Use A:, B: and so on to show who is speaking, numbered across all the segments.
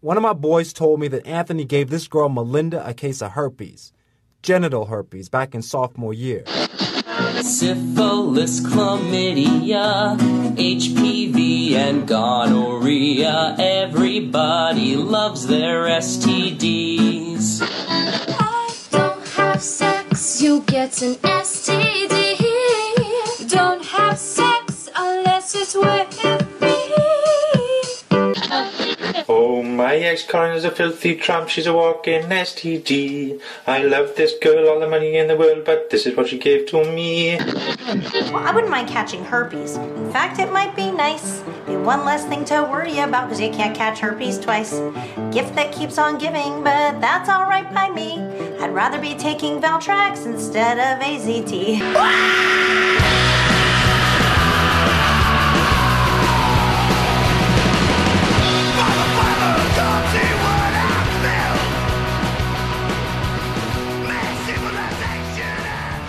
A: One of my boys told me that Anthony gave this girl Melinda a case of herpes, genital herpes, back in sophomore year.
B: Syphilis, chlamydia, HPV, and gonorrhea. Everybody loves their STDs.
C: I don't have sex, you get an STD. E. Don't have sex unless it's with me.
D: Oh, my ex con is a filthy tramp, she's a walking STD. I love this girl, all the money in the world, but this is what she gave to me.
E: Well, I wouldn't mind catching herpes. In fact, it might be nice. Be one less thing to worry about because you can't catch herpes twice. Gift that keeps on giving, but that's alright by me. I'd rather be taking Valtrax instead of AZT.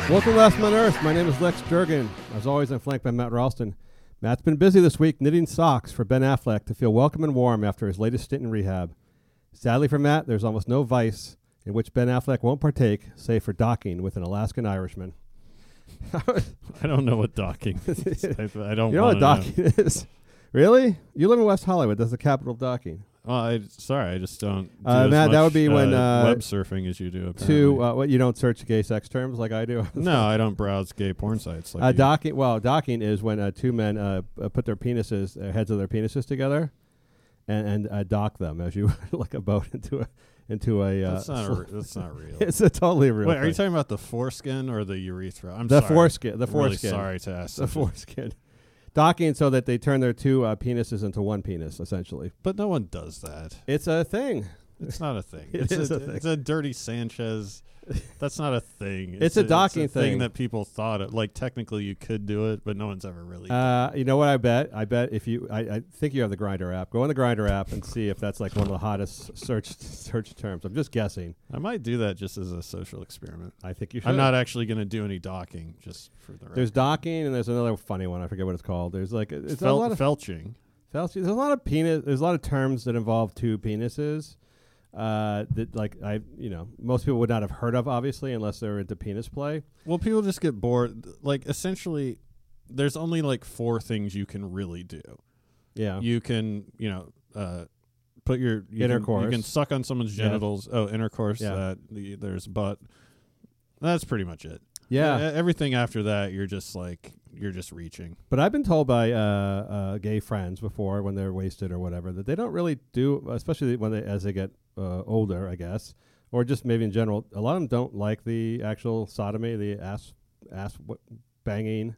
F: Welcome to Last Man on Earth. My name is Lex Durgan. As always, I'm flanked by Matt Ralston. Matt's been busy this week knitting socks for Ben Affleck to feel welcome and warm after his latest stint in rehab. Sadly for Matt, there's almost no vice in which Ben Affleck won't partake, save for docking with an Alaskan Irishman.
G: I don't know what docking is. I, I don't
F: You know
G: wanna know.
F: what docking is? Really? You live in West Hollywood. That's the capital of docking.
G: Well, I, sorry, I just don't. Do
F: Uh,
G: as
F: Matt, that would
G: much,
F: be when, uh,
G: web surfing as you do. Apparently.
F: Two, uh, what, you don't search gay sex terms like I do?
G: no, I don't browse gay porn sites. Like
F: Uh,
G: you.
F: docking. Well, docking is when uh, two men uh, uh, put their penises, uh, heads of their penises together, and and uh, dock them as you like a boat into a into a. Uh,
G: That's not.
F: sl-
G: re- that's not real.
F: it's a totally real.
G: Wait, are you
F: thing.
G: talking about the foreskin or the urethra? I'm
F: The
G: sorry.
F: foreskin- the
G: I'm really
F: foreskin.
G: sorry to ask.
F: the
G: such a-
F: foreskin? Docking so that they turn their two uh, penises into one penis, essentially.
G: But no one does that.
F: It's a thing.
G: It's not a thing.
F: It
G: it's
F: is
G: a,
F: a thing.
G: It's a dirty Sanchez. That's not a thing.
F: It's a docking thing.
G: that people thought of. Like technically, you could do it, but no one's ever really.
F: Uh, you know what? I bet. I bet if you, I, I think you have the Grinder app. Go on the Grinder app and see if that's like one of the hottest search search terms. I'm just guessing.
G: I might do that just as a social experiment.
F: I think you should.
G: I'm not actually going to do any docking, just for the record.
F: There's docking and there's another funny one. I forget what it's called. There's like it's
G: Fel-
F: a lot of
G: felching.
F: fel- There's a lot of penis. There's a lot of terms that involve two penises. Uh, that like I you know most people would not have heard of obviously unless they're into penis play.
G: Well, people just get bored. Like essentially, there's only like four things you can really do.
F: Yeah.
G: You can, you know, uh, put your you can-
F: Intercourse.
G: you can suck on someone's
F: Yeah.
G: genitals. Oh, intercourse.
F: Yeah.
G: That the, there's butt. That's pretty much it.
F: yeah.
G: E- Everything after that, you're just like you're just reaching.
F: But I've been told by uh, uh, gay friends before when they're wasted or whatever that they don't really do, especially when they as they get uh, older, I guess, or just maybe in general. A lot of them don't like the actual sodomy, the ass ass w- banging.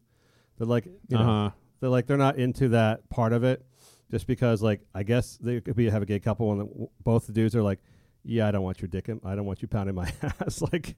F: They're like, you know,
G: Uh-huh.
F: they're like they're not into that part of it, just because like I guess they could be have a gay couple and the, w- both the dudes are like, yeah, I don't want your dick, in, I don't want you pounding my ass. like,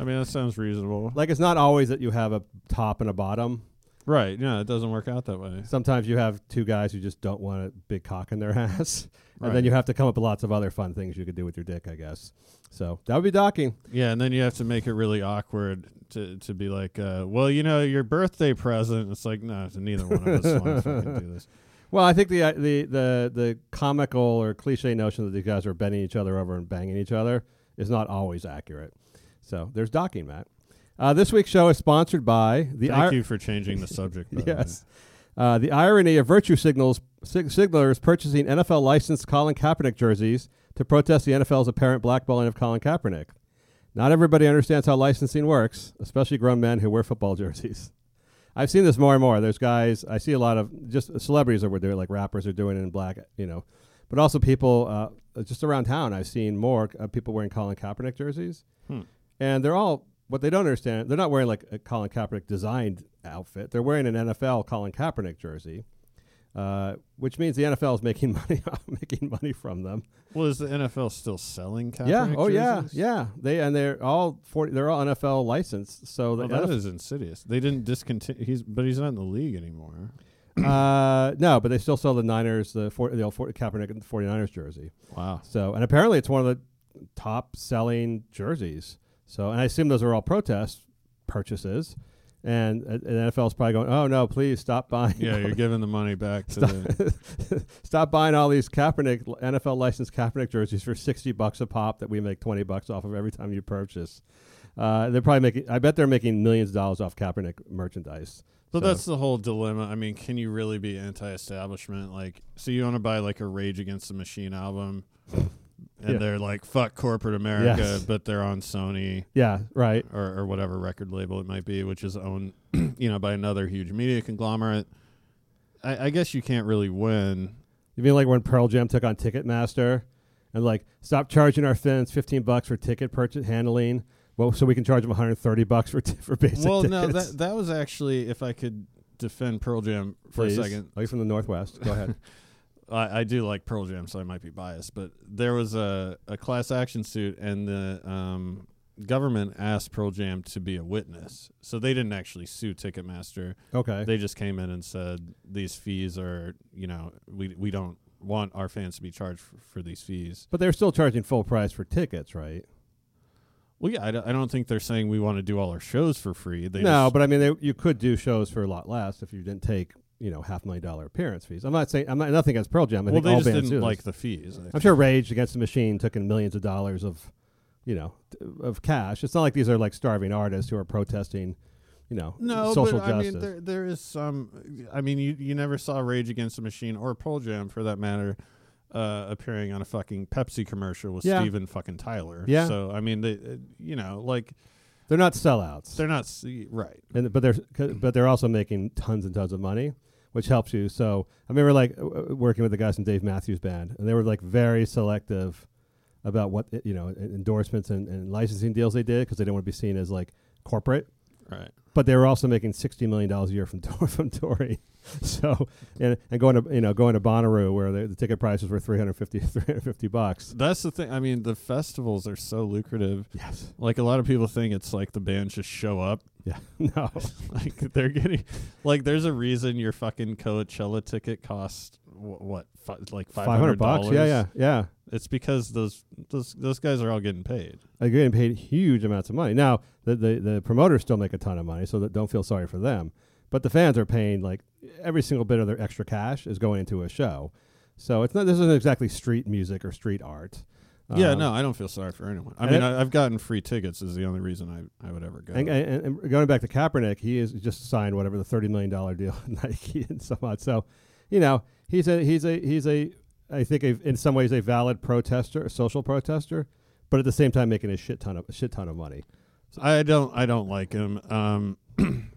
G: I mean, that sounds reasonable,
F: like it's not always that you have a top and a bottom.
G: right? Yeah, it doesn't work out that way.
F: Sometimes you have two guys who just don't want a big cock in their ass, and
G: Right.
F: then you have to come up with lots of other fun things you could do with your dick, I guess. So that would be docking.
G: Yeah, and then you have to make it really awkward to to be like, uh, well, you know, your birthday present. It's like, no, neither one of us wants to fucking do this.
F: Well, I think the uh, the the the comical or cliche notion that these guys are bending each other over and banging each other is not always accurate. So there's docking, Matt. Uh, this week's show is sponsored by the
G: Thank
F: ir-
G: you for changing the subject. by the way.
F: yes. Uh, the irony of virtue signals sig- signalers purchasing NFL licensed Colin Kaepernick jerseys to protest the NFL's apparent blackballing of Colin Kaepernick. Not everybody understands how licensing works, especially grown men who wear football jerseys. I've seen this more and more. There's guys I see a lot of just celebrities that were doing like rappers are doing it in black, you know, but also people uh, just around town. I've seen more uh, people wearing Colin Kaepernick jerseys, and they're all what they don't understand. They're not wearing like a Colin Kaepernick designed outfit. They're wearing an NFL Colin Kaepernick jersey, uh, which means the NFL is making money making money from them.
G: Well, is the NFL still selling Kaepernick
F: yeah. Oh yeah.
G: jerseys?
F: Yeah. They and they're all 40, they're all NFL licensed. So the
G: Well, Oh, that
F: NFL
G: is insidious. They didn't discontinue. He's but he's not in the league anymore.
F: Uh, no, but they still sell the Niners, the four, the old four, Kaepernick and the 49ers jersey.
G: Wow.
F: So, and apparently it's one of the top selling jerseys. So, and I assume those are all protest purchases. And, and NFL's probably going, oh no, please stop buying.
G: Yeah, you're giving the money back to the.
F: Stop buying all these Kaepernick NFL licensed Kaepernick jerseys for sixty bucks a pop that we make twenty bucks off of every time you purchase. Uh, they're probably making. I bet they're making millions of dollars off Kaepernick merchandise.
G: But
F: So-
G: that's the whole dilemma. I mean, can you really be anti-establishment? Like, so you want to buy like a Rage Against the Machine album, and
F: Yeah.
G: they're like "fuck corporate America,"
F: Yes.
G: but they're on Sony
F: yeah, right.
G: or, or whatever record label it might be, which is owned, you know, by another huge media conglomerate. I, I guess you can't really win.
F: You mean like when Pearl Jam took on Ticketmaster and like stop charging our fans fifteen bucks for ticket purchase handling, well, so we can charge them one hundred thirty bucks for t- for basic
G: well,
F: tickets.
G: no, that that was actually if I could defend Pearl Jam for
F: Please.
G: a second.
F: Are you from the Northwest? Go ahead.
G: I, I do like Pearl Jam, so I might be biased, but there was a, a class action suit, and the um, government asked Pearl Jam to be a witness. So they didn't actually sue Ticketmaster.
F: Okay.
G: They just came in and said, these fees are, you know, we, we don't want our fans to be charged for, for these fees.
F: but they're still charging full price for tickets, right?
G: Well, yeah, I, don't- I don't think they're saying we want to do all our shows for free. They
F: no,
G: just-
F: but I mean, they, you could do shows for a lot less if you didn't take you know half million dollar appearance fees. I'm not saying I'm not nothing against Pearl Jam. I
G: well,
F: think
G: they
F: all
G: just didn't
F: bands do this.
G: like the fees. I
F: I'm
G: think.
F: sure Rage Against the Machine took in millions of dollars of, you know, t- of cash. It's not like these are like starving artists who are protesting, you know,
G: No,
F: social
G: but I
F: justice.
G: mean, there, there is some. I mean, you, you never saw Rage Against the Machine or Pearl Jam, for that matter, uh, appearing on a fucking Pepsi commercial with
F: Yeah.
G: Steven fucking Tyler.
F: Yeah.
G: So I mean, they, uh, you know, like
F: They're not sellouts,
G: they're not s- right.
F: and but they're c- but they're also making tons and tons of money, which helps you. So I remember like w- w- working with the guys from Dave Matthews Band, and they were like very selective about what you know e-, endorsements and, and licensing deals they did because they didn't want to be seen as like corporate.
G: Right.
F: but they were also making sixty million dollars a year from Tor- from Tory. So and, and going to you know going to Bonnaroo where the, the ticket prices were 350, 350 bucks.
G: That's the thing. I mean, the festivals are so lucrative.
F: Yes.
G: Like a lot of people think it's like the bands just show up.
F: Yeah. No.
G: like they're getting, like there's a reason your fucking Coachella ticket costs wh- what, fi- like
F: Five hundred bucks. Yeah. Yeah. Yeah.
G: It's because those those those guys are all getting paid.
F: They're getting paid huge amounts of money. Now the, the the promoters still make a ton of money, so that don't feel sorry for them. But the fans are paying like every single bit of their extra cash is going into a show. So it's not this isn't exactly street music or street art.
G: yeah,
F: Um,
G: no, I don't feel sorry for anyone. I
F: and
G: mean,
F: it-
G: I, I've gotten free tickets is the only reason I, I would ever go.
F: And, and, and going back to Kaepernick, he is just signed whatever the thirty million dollar deal with Nike and so on. So, you know, he's a he's a he's a I think a, in some ways a valid protester, a social protester, but at the same time making a shit ton of a shit ton of money.
G: I don't I don't like him. Um,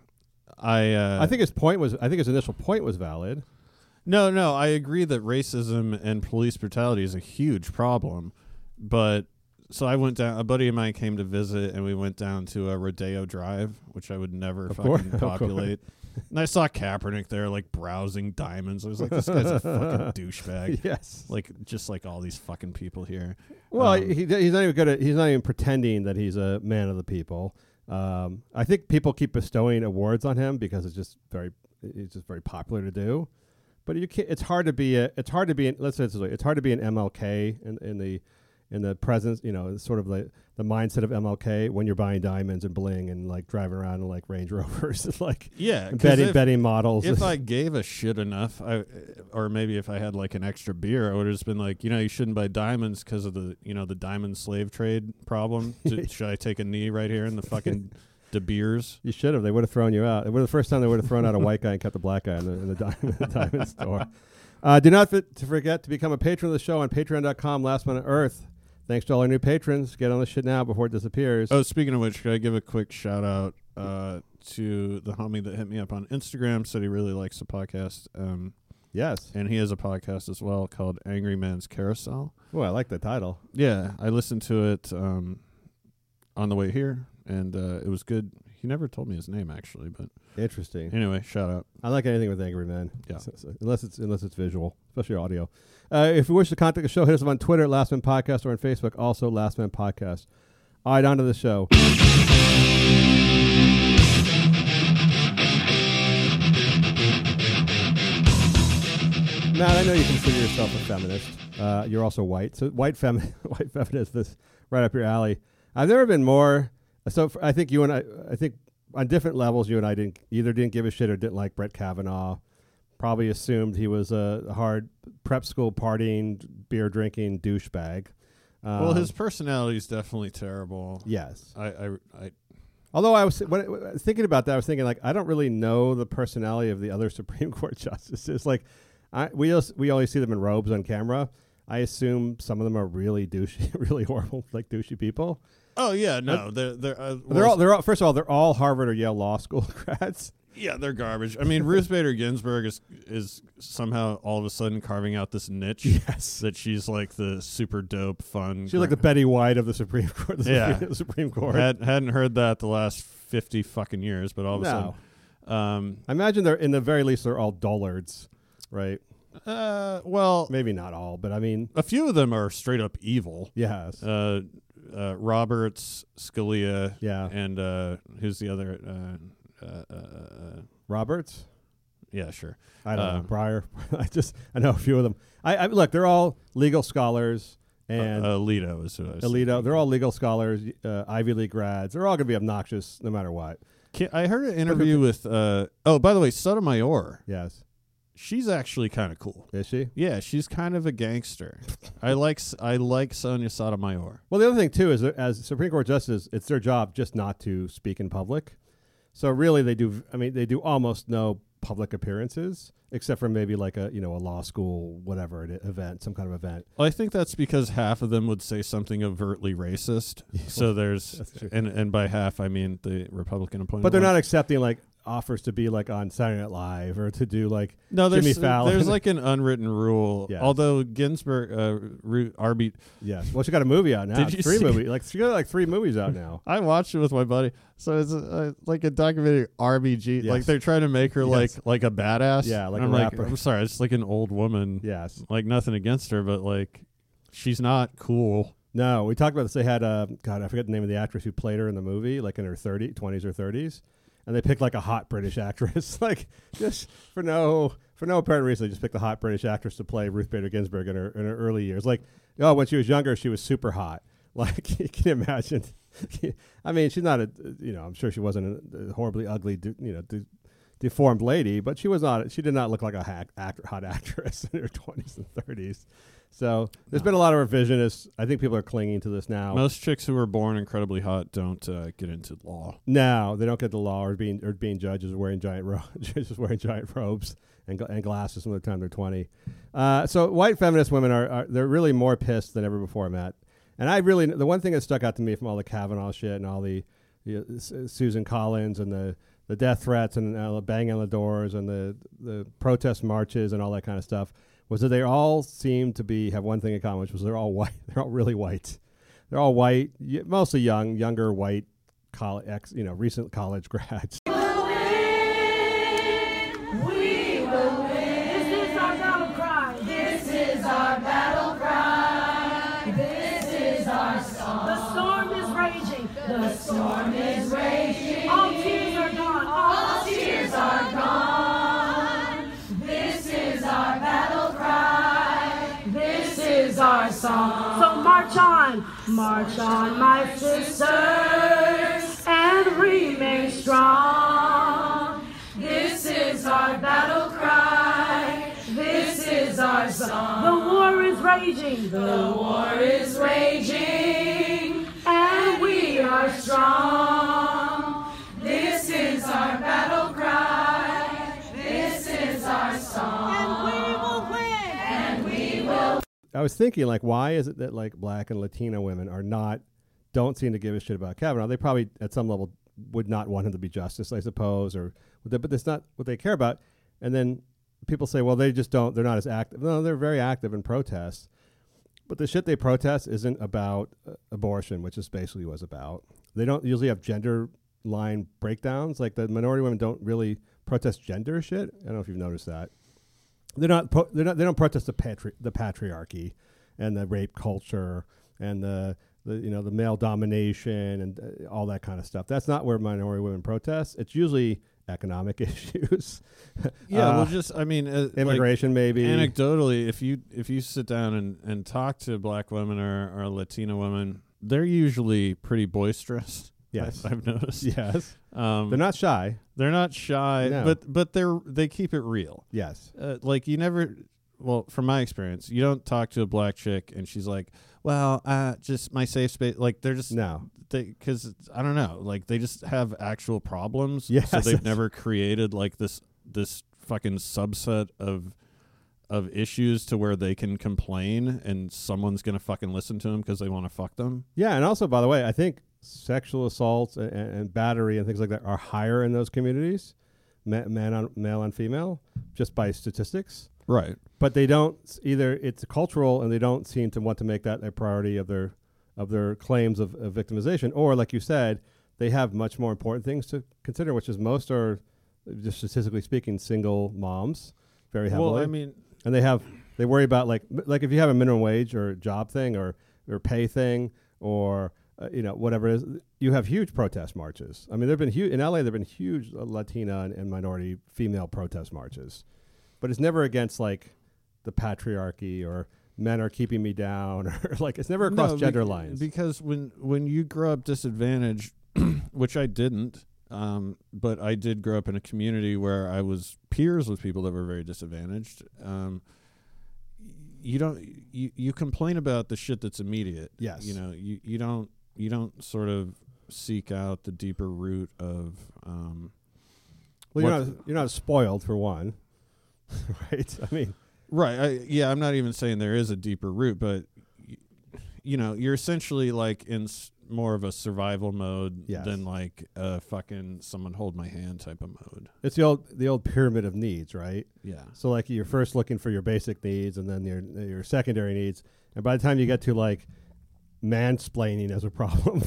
G: I uh,
F: I think his point was I think his initial point was valid.
G: no no I agree that racism and police brutality is a huge problem, but so I went down. A buddy of mine came to visit, and we went down to a Rodeo Drive, which I would never
F: Of
G: fucking
F: course, of course.
G: populate. And I saw Kaepernick there, like browsing diamonds. I was like, this guy's a fucking douchebag.
F: Yes.
G: like just like all these fucking people here.
F: Well,
G: Um,
F: he, he's not even good at. He's not even pretending that he's a man of the people. Um, I think people keep bestowing awards on him because it's just very, it's just very popular to do. But you can't. It's hard to be a. It's hard to be. An, let's say it this way. It's hard to be an MLK in, in the, in the presence. You know, sort of like the mindset of MLK when you're buying diamonds and bling and like driving around in like Range Rovers and like
G: yeah, 'cause
F: betting
G: if,
F: betting models.
G: if I gave a shit enough, I or maybe if I had like an extra beer, I would have just been like, you know, you shouldn't buy diamonds because of the you know the diamond slave trade problem. D- Should I take a knee right here in the fucking De Beers?
F: You should have. They would have thrown you out. It would the first time they would have thrown out a white guy and kept a black guy in the, in the diamond, diamond store. Uh, do not fit to forget to become a patron of the show on patreon.com last man on earth. Thanks to all our new patrons. Get on this shit now before it disappears.
G: Oh, speaking of which, could I give a quick shout out uh, to the homie that hit me up on Instagram? Said he really likes the podcast, um,
F: yes.
G: and he has a podcast as well called Angry Man's Carousel.
F: Oh, I like the title.
G: Yeah, I listened to it um, on the way here, and uh, it was good. He never told me his name actually, but
F: Interesting.
G: anyway, shout out.
F: I like anything with Angry Men.
G: Yeah.
F: So- so- unless it's unless it's visual, especially audio. Uh, if you wish to contact the show, hit us up on Twitter, Last Man Podcast, or on Facebook, also Last Man Podcast. All right, on to the show. Matt, I know you consider yourself a feminist. Uh, you're also white, so white fem, white feminist is right up your alley. I've never been more. So f I I think you and I, I think on different levels, you and I didn't either didn't give a shit or didn't like Brett Kavanaugh. Probably assumed he was a hard prep school partying, beer drinking douchebag. Um,
G: well, his personality is definitely terrible.
F: yes.
G: I, I, I,
F: Although I was when, when I was thinking about that, I was thinking like I don't really know the personality of the other Supreme Court justices. Like, I we just, we always see them in robes on camera. I assume some of them are really douchey, really horrible, like douchey people.
G: oh yeah, no, they're they're uh,
F: They're all they're all first of all they're all Harvard or Yale law school grads.
G: yeah, they're garbage. I mean, Ruth Bader Ginsburg is is somehow all of a sudden carving out this niche. Yes, that she's like the super dope, fun.
F: She's like the Betty White of the Supreme Court. The
G: Yeah.
F: Supreme, the Supreme Court.
G: Had, hadn't heard that the last fifty fucking years, but all of a
F: No.
G: sudden, um,
F: I imagine they're in the very least they're all dullards, right?
G: uh, well,
F: Maybe not all, but I mean,
G: a few of them are straight up evil.
F: yes.
G: Uh, uh, Roberts, Scalia,
F: Yeah.
G: and uh, who's the other? Uh, uh, uh, uh,
F: Roberts.
G: yeah, sure.
F: I don't
G: Uh,
F: know. Breyer. I just I know a few of them. I, I look. They're all legal scholars and
G: uh, Alito is who I was
F: Alito. They're all legal scholars, uh, Ivy League grads. They're all going to be obnoxious no matter what.
G: Ki- I heard an interview with. Uh, oh, by the way, Sotomayor.
F: Yes.
G: She's actually kind of cool.
F: Is she?
G: Yeah, she's kind of a gangster. I like s- I like Sonia Sotomayor.
F: Well, the other thing too is that as Supreme Court justices, it's their job just not to speak in public. So really, they do. I mean, they do almost no public appearances except for maybe like a you know a law school whatever it, event, some kind of event.
G: Well, I think that's because half of them would say something overtly racist. so there's and and by half I mean the Republican appointment.
F: But they're not accepting like offers to be like on Saturday Night Live or to do like
G: No, there's
F: Jimmy Fallon.
G: there's like an unwritten rule.
F: Yes.
G: Although Ginsburg, uh, Ru- RB,
F: Yes. Well, she got a movie out now.
G: Did you
F: three
G: see-
F: movie, like she got like three movies out now.
G: I watched it with my buddy. So it's uh, like a documentary RBG. Like
F: Yes.
G: they're trying to make her
F: Yes.
G: like like a badass.
F: Yeah, like
G: And
F: a
G: I'm like
F: rapper.
G: I'm sorry, it's like an old woman.
F: Yes.
G: like nothing against her, but like she's not cool.
F: No, we talked about this. They had uh, God, I forget the name of the actress who played her in the movie, like in her 30, 20s or thirties, and they picked like a hot British actress, like just for no for no apparent reason. They just picked a hot British actress to play Ruth Bader Ginsburg in her in her early years. Like, oh, when she was younger, she was super hot. Like, you can imagine. I mean, she's not a you know, I'm sure she wasn't a horribly ugly, de- you know, de- deformed lady, but she was not. She did not look like a hack, act, hot actress in her twenties and thirties. So there's been a lot of revisionists. I think people are clinging to this now.
G: Most chicks who are born incredibly hot don't uh, get into law.
F: now they don't get the law or being or being judges or wearing giant ro- judges wearing giant robes and, gla- and glasses from the time they're twenty. Uh, so white feminist women are, are they're really more pissed than ever before, Matt. And I really the one thing that stuck out to me from all the Kavanaugh shit and all the you know, S- uh, Susan Collins and the the death threats and uh, banging on the doors and the the protest marches and all that kind of stuff was that they all seemed to be have one thing in common, which was they're all white. They're all really white. They're all white, y- mostly young, younger white college, ex, you know, recent college grads.
H: The storm is raging. The storm is raging. All tears are gone. All, tears are gone. This is our battle cry. This is our song. So march on, march on, my sisters, and remain strong. This is our battle cry. This is our song. The war is raging. The war is raging. And we are strong. This is our battle cry. This is our song. And we will win.
F: I was thinking, like, why is it that like black and Latina women are not don't seem to give a shit about Kavanaugh? They probably at some level would not want him to be justice, I suppose, or but that's not what they care about. And then people say, well, they just don't. They're not as active. No, they're very active in protests. But the shit they protest isn't about uh, abortion, which is basically was about. They don't usually have gender line breakdowns. Like the minority women don't really protest gender shit. I don't know if you've noticed that. They're not. Pro- they're not. They don't protest the patri- the patriarchy, and the rape culture, and the, the you know the male domination and uh, all that kind of stuff. That's not where minority women protest. It's usually economic issues,
G: Yeah,
F: Uh,
G: well, just I mean, uh, like,
F: immigration, maybe.
G: anecdotally, if you if you sit down and, and talk to black women or, or Latina women, they're usually pretty boisterous.
F: Yes.
G: I, have noticed.
F: Yes.
G: Um,
F: They're not shy.
G: they're not shy,
F: No.
G: but but they're they keep it real.
F: Yes.
G: Uh, like you never. Well, from my experience, you don't talk to a black chick and she's like, "Well, uh, just my safe space." Like they're just
F: No.
G: because I don't know, like they just have actual problems.
F: Yes.
G: so they've never created like this this fucking subset of of issues to where they can complain and someone's gonna fucking listen to them because they want to fuck them.
F: Yeah, and also by the way, I think sexual assaults and, and battery and things like that are higher in those communities, ma- man on male on female, just by statistics.
G: Right.
F: But they don't s- either. It's cultural, and they don't seem to want to make that a priority of their of their claims of, of victimization. Or, like you said, they have much more important things to consider, which is most are just statistically speaking single moms, very heavily
G: Well, I mean,
F: and they have they worry about like like if you have a minimum wage or job thing or or pay thing or uh, you know whatever it is you have huge protest marches i mean there've been huge in la there've been huge uh, latina and, and minority female protest marches but it's never against like the patriarchy or men are keeping me down or like it's never across
G: No,
F: gender
G: bec-
F: lines
G: Because when when you grow up disadvantaged, which I didn't, um, but I did grow up in a community where I was peers with people that were very disadvantaged. Um, you don't you, you complain about the shit that's immediate.
F: Yes.
G: You know, you, you don't you don't sort of seek out the deeper root of um,
F: well you're
G: what-
F: not, you're not spoiled for one right i mean
G: Right. I, yeah, I'm not even saying there is a deeper root, but y- you know, you're essentially like in s- more of a survival mode
F: Yes.
G: than like a fucking someone hold my hand type of mode.
F: it's the old the old pyramid of needs right
G: Yeah.
F: So like you're first looking for your basic needs and then your your secondary needs, and by the time you get to like mansplaining as a problem,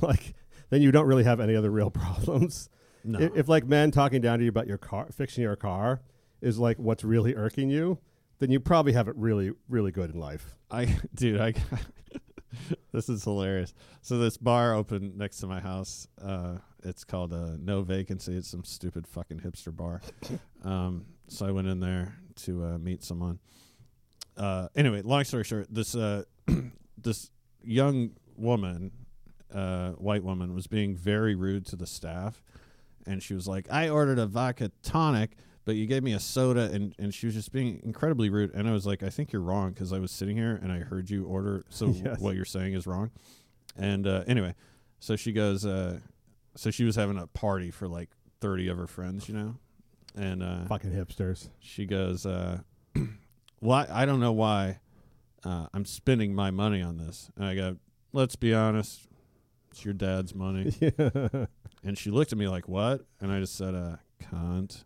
F: like then you don't really have any other real problems.
G: No.
F: If, if like men talking down to you about your car, fixing your car, is like what's really irking you, then you probably have it really really good in life.
G: I dude, I got this is hilarious. So this bar opened next to my house. Uh, it's called uh, No Vacancy. It's some stupid fucking hipster bar. Um, so I went in there to uh, meet someone. Uh, anyway, long story short, this uh, this young woman, uh, white woman, was being very rude to the staff, and she was like, "I ordered a vodka tonic." But you gave me a soda, and, and she was just being incredibly rude. And I was like, I think you're wrong because I was sitting here and I heard you order. So
F: Yes.
G: what you're saying is wrong. And uh, anyway, so she goes, uh, so she was having a party for like 30 of her friends, you know? And uh,
F: Fucking hipsters.
G: she goes, uh, well, I, I don't know why uh, I'm spending my money on this. And I go, let's be honest, it's your dad's money. and she looked at me like, what? And I just said, uh, cunt.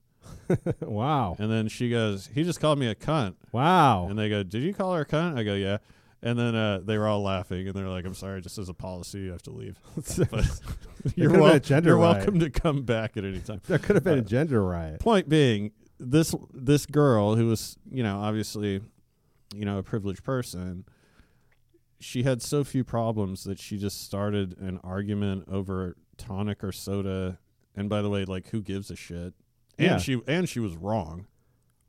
F: wow.
G: And then she goes, he just called me a cunt.
F: Wow.
G: And they go, "Did you call her a cunt?" I go, "Yeah." And then uh, they were all laughing, and they're like, "I'm sorry, just as a policy, you have to leave. But you're,
F: could've been
G: wel-
F: a gender
G: you're
F: riot.
G: welcome to come back at any time."
F: There could have been a
G: Uh,
F: gender riot.
G: Point being, this this girl who was, you know, obviously, you know, a privileged person, she had so few problems that she just started an argument over tonic or soda. And by the way, like, who gives a shit? And
F: Yeah.
G: she and she was wrong.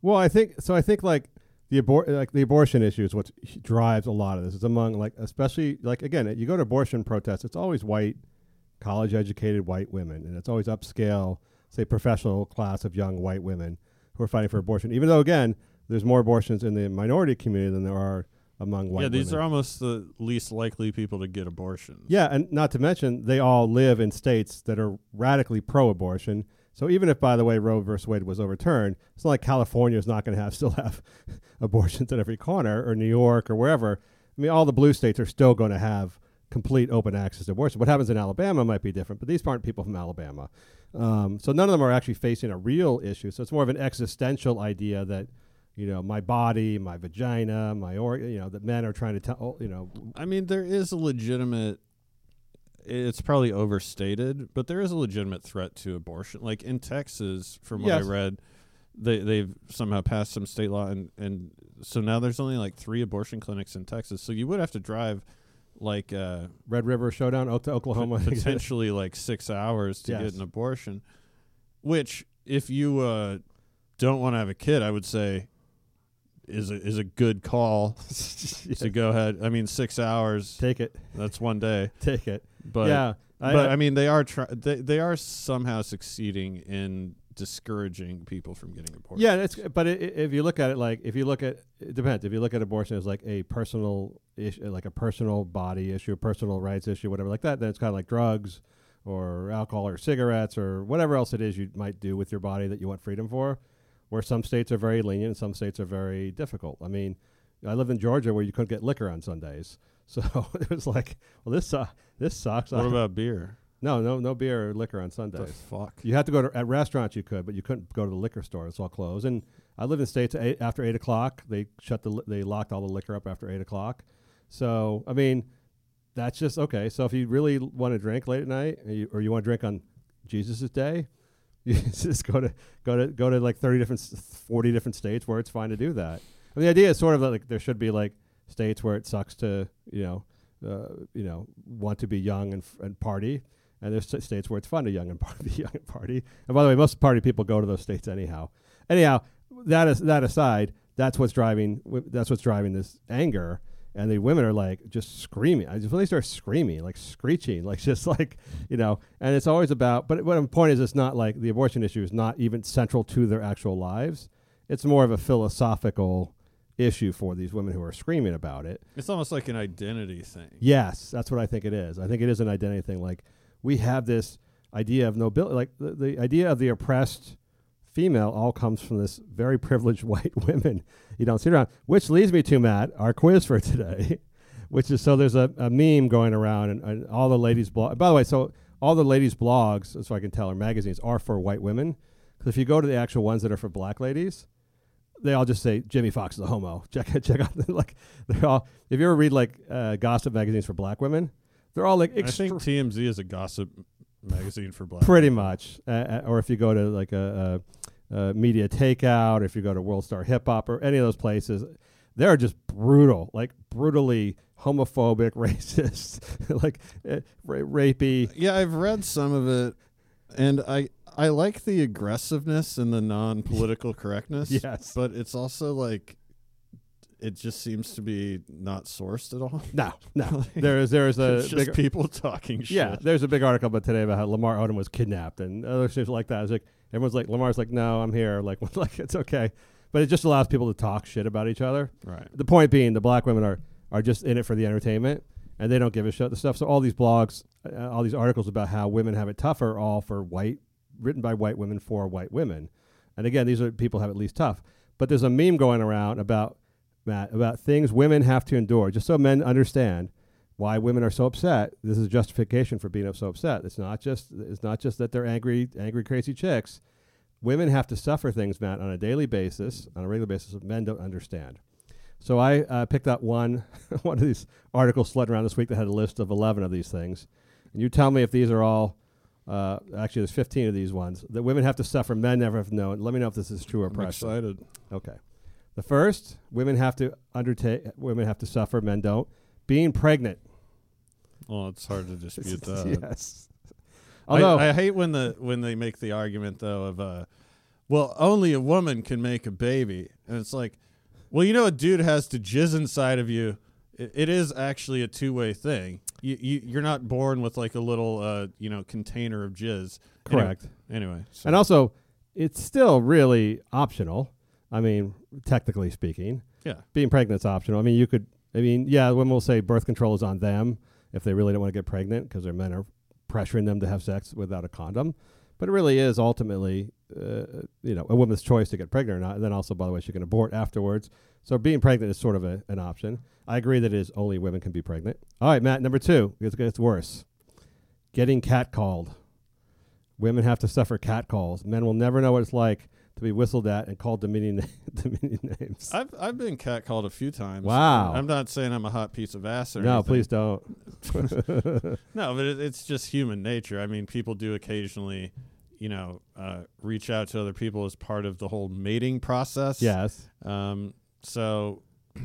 F: Well, I think so. I think like the abor- like the abortion issue is what drives a lot of this. It's among like especially like again, you go to abortion protests, it's always white, college educated white women, and it's always upscale, say professional class of young white women who are fighting for abortion. Even though again, there's more abortions in the minority community than there are among white.
G: yeah, these
F: women.
G: are almost the least likely people to get abortions.
F: Yeah, and not to mention they all live in states that are radically pro-abortion. So even if, by the way, Roe versus Wade was overturned, it's not like California is not going to have still have abortions at every corner, or New York, or wherever. I mean, all the blue states are still going to have complete open access to abortion. What happens in Alabama might be different, but these aren't people from Alabama. Um, so none of them are actually facing a real issue. So it's more of an existential idea that, you know, my body, my vagina, my organ, you know, that men are trying to tell, you know,
G: I mean, there is a legitimate. It's probably overstated, but there is a legitimate threat to abortion. Like in Texas, from what
F: Yes.
G: I read, they they've somehow passed some state law, and and so now there's only like three abortion clinics in Texas. So you would have to drive, like, uh,
F: Red River Showdown, O- to
G: pot-
F: Oklahoma.
G: potentially like six hours to
F: Yes.
G: get an abortion. Which, if you uh, don't want to have a kid, I would say is a, is a good call to go ahead. I mean, six hours.
F: Take it.
G: that's one day,
F: Take it.
G: but
F: yeah. I-
G: but
F: I-
G: I, mean, they are try- they they are somehow succeeding in discouraging people from getting abortions.
F: Yeah, it's but i i- if you look at it like if you look at it depends if you look at abortion as like a personal issue, like a personal body issue, a personal rights issue, whatever like that, then it's kind of like drugs or alcohol or cigarettes or whatever else it is you might do with your body that you want freedom for. Where some states are very lenient and some states are very difficult. I mean, I lived in Georgia where you couldn't get liquor on Sundays, so it was like, well, this uh, this sucks.
G: What about beer?
F: no, no, no beer or liquor on
G: The
F: Sundays.
G: fuck.
F: You had to go to at restaurants. You could, but you couldn't go to the liquor store. It's all closed. And I live in states eight, after eight o'clock. They shut the li- they locked all the liquor up after eight o'clock. So I mean, that's just okay. So if you really want to drink late at night, or you, or you want to drink on Jesus' day, you just go to go to go to like thirty different, s- forty different states where it's fine to do that. I mean, the idea is sort of like there should be like states where it sucks to you know uh, you know want to be young and, f- and party, and there's sta- states where it's fun to young and party, be young and party. And by the way, most party people go to those states anyhow. Anyhow, that is that aside, that's what's driving wi- that's what's driving this anger. And the women are like just screaming. I just when they start screaming, like screeching, like just like you know. And it's always about. But what I'm point is, it's not like the abortion issue is not even central to their actual lives. It's more of a philosophical issue for these women who are screaming about it.
G: It's almost like an identity thing.
F: Yes, that's what I think it is. I think it is an identity thing. Like we have this idea of nobility, like the, the idea of the oppressed female, all comes from this very privileged white women you don't see around. Which leads me to Matt, our quiz for today, which is so there's a, a meme going around, and, and all the ladies blog. By the way, so all the ladies blogs, so I can tell, or magazines are for white women. Because if you go to the actual ones that are for black ladies, they all just say Jimmy Fox is a homo. Check check out like they're all. If you ever read like uh, gossip magazines for black women, they're all like
G: I think
F: extre-
G: TMZ is a gossip magazine for black.
F: pretty much. Uh, Uh, or if you go to like a, a, a media takeout, or if you go to World Star Hip Hop or any of those places, they're just brutal, like brutally homophobic, racist, like uh, ra- rapey.
G: Yeah, I've read some of it, and I I like the aggressiveness and the non political correctness.
F: Yes.
G: but it's also like it just seems to be not sourced at all.
F: No, no. There is there is a
G: it's just
F: big
G: people talking
F: Yeah,
G: shit.
F: there's a big article about today about how Lamar Odom was kidnapped and other things like that. It's like everyone's like Lamar's like, no, I'm here. Like, like it's okay, but it just allows people to talk shit about each other.
G: Right.
F: The point being, the black women are are just in it for the entertainment, and they don't give a shit the stuff. So all these blogs, uh, all these articles about how women have it tougher, are all for white, written by white women for white women, and again, these are people who have it least tough. But there's a meme going around about Matt about things women have to endure, just so men understand why women are so upset. This is justification for being so upset. It's not just it's not just that they're angry, angry, crazy chicks. Women have to suffer things, Matt, on a daily basis, on a regular basis that men don't understand. So I uh, picked out one one of these articles flooding around this week that had a list of eleven of these things, and you tell me if these are all. Uh, actually, there's 15 of these ones that women have to suffer, men never have known. Let me know if this is true or
G: I'm
F: pressure.
G: excited.
F: Okay. The first, women have to undertake women have to suffer, men don't. Being pregnant.
G: Well, it's hard to dispute that.
F: yes.
G: I-
F: Although
G: I, hate when the when they make the argument though of uh, well, only a woman can make a baby, and it's like, well, you know, a dude has to jizz inside of you. It, it is actually a two way thing. You, you you're not born with like a little uh you know container of jizz. Anyway-
F: Correct.
G: Anyway, so-
F: and also it's still really optional. I mean, technically speaking.
G: yeah,
F: being pregnant's optional. I mean, you could. I mean, yeah, women will say birth control is on them if they really don't want to get pregnant because their men are pressuring them to have sex without a condom. But it really is ultimately, uh, you know, a woman's choice to get pregnant or not. And then also, by the way, she can abort afterwards. So being pregnant is sort of a, an option. I agree that it is only women can be pregnant. All right, Matt, number two. It gets worse. Getting catcalled. Women have to suffer catcalls. Men will never know what it's like to be whistled at and called demeaning, demeaning names.
G: I've I've been catcalled a few times.
F: Wow.
G: I'm not saying I'm a hot piece of ass or
F: No,
G: anything.
F: please don't.
G: No, but it, it's just human nature. I mean, people do occasionally, you know, uh, reach out to other people as part of the whole mating process.
F: Yes.
G: Um, so,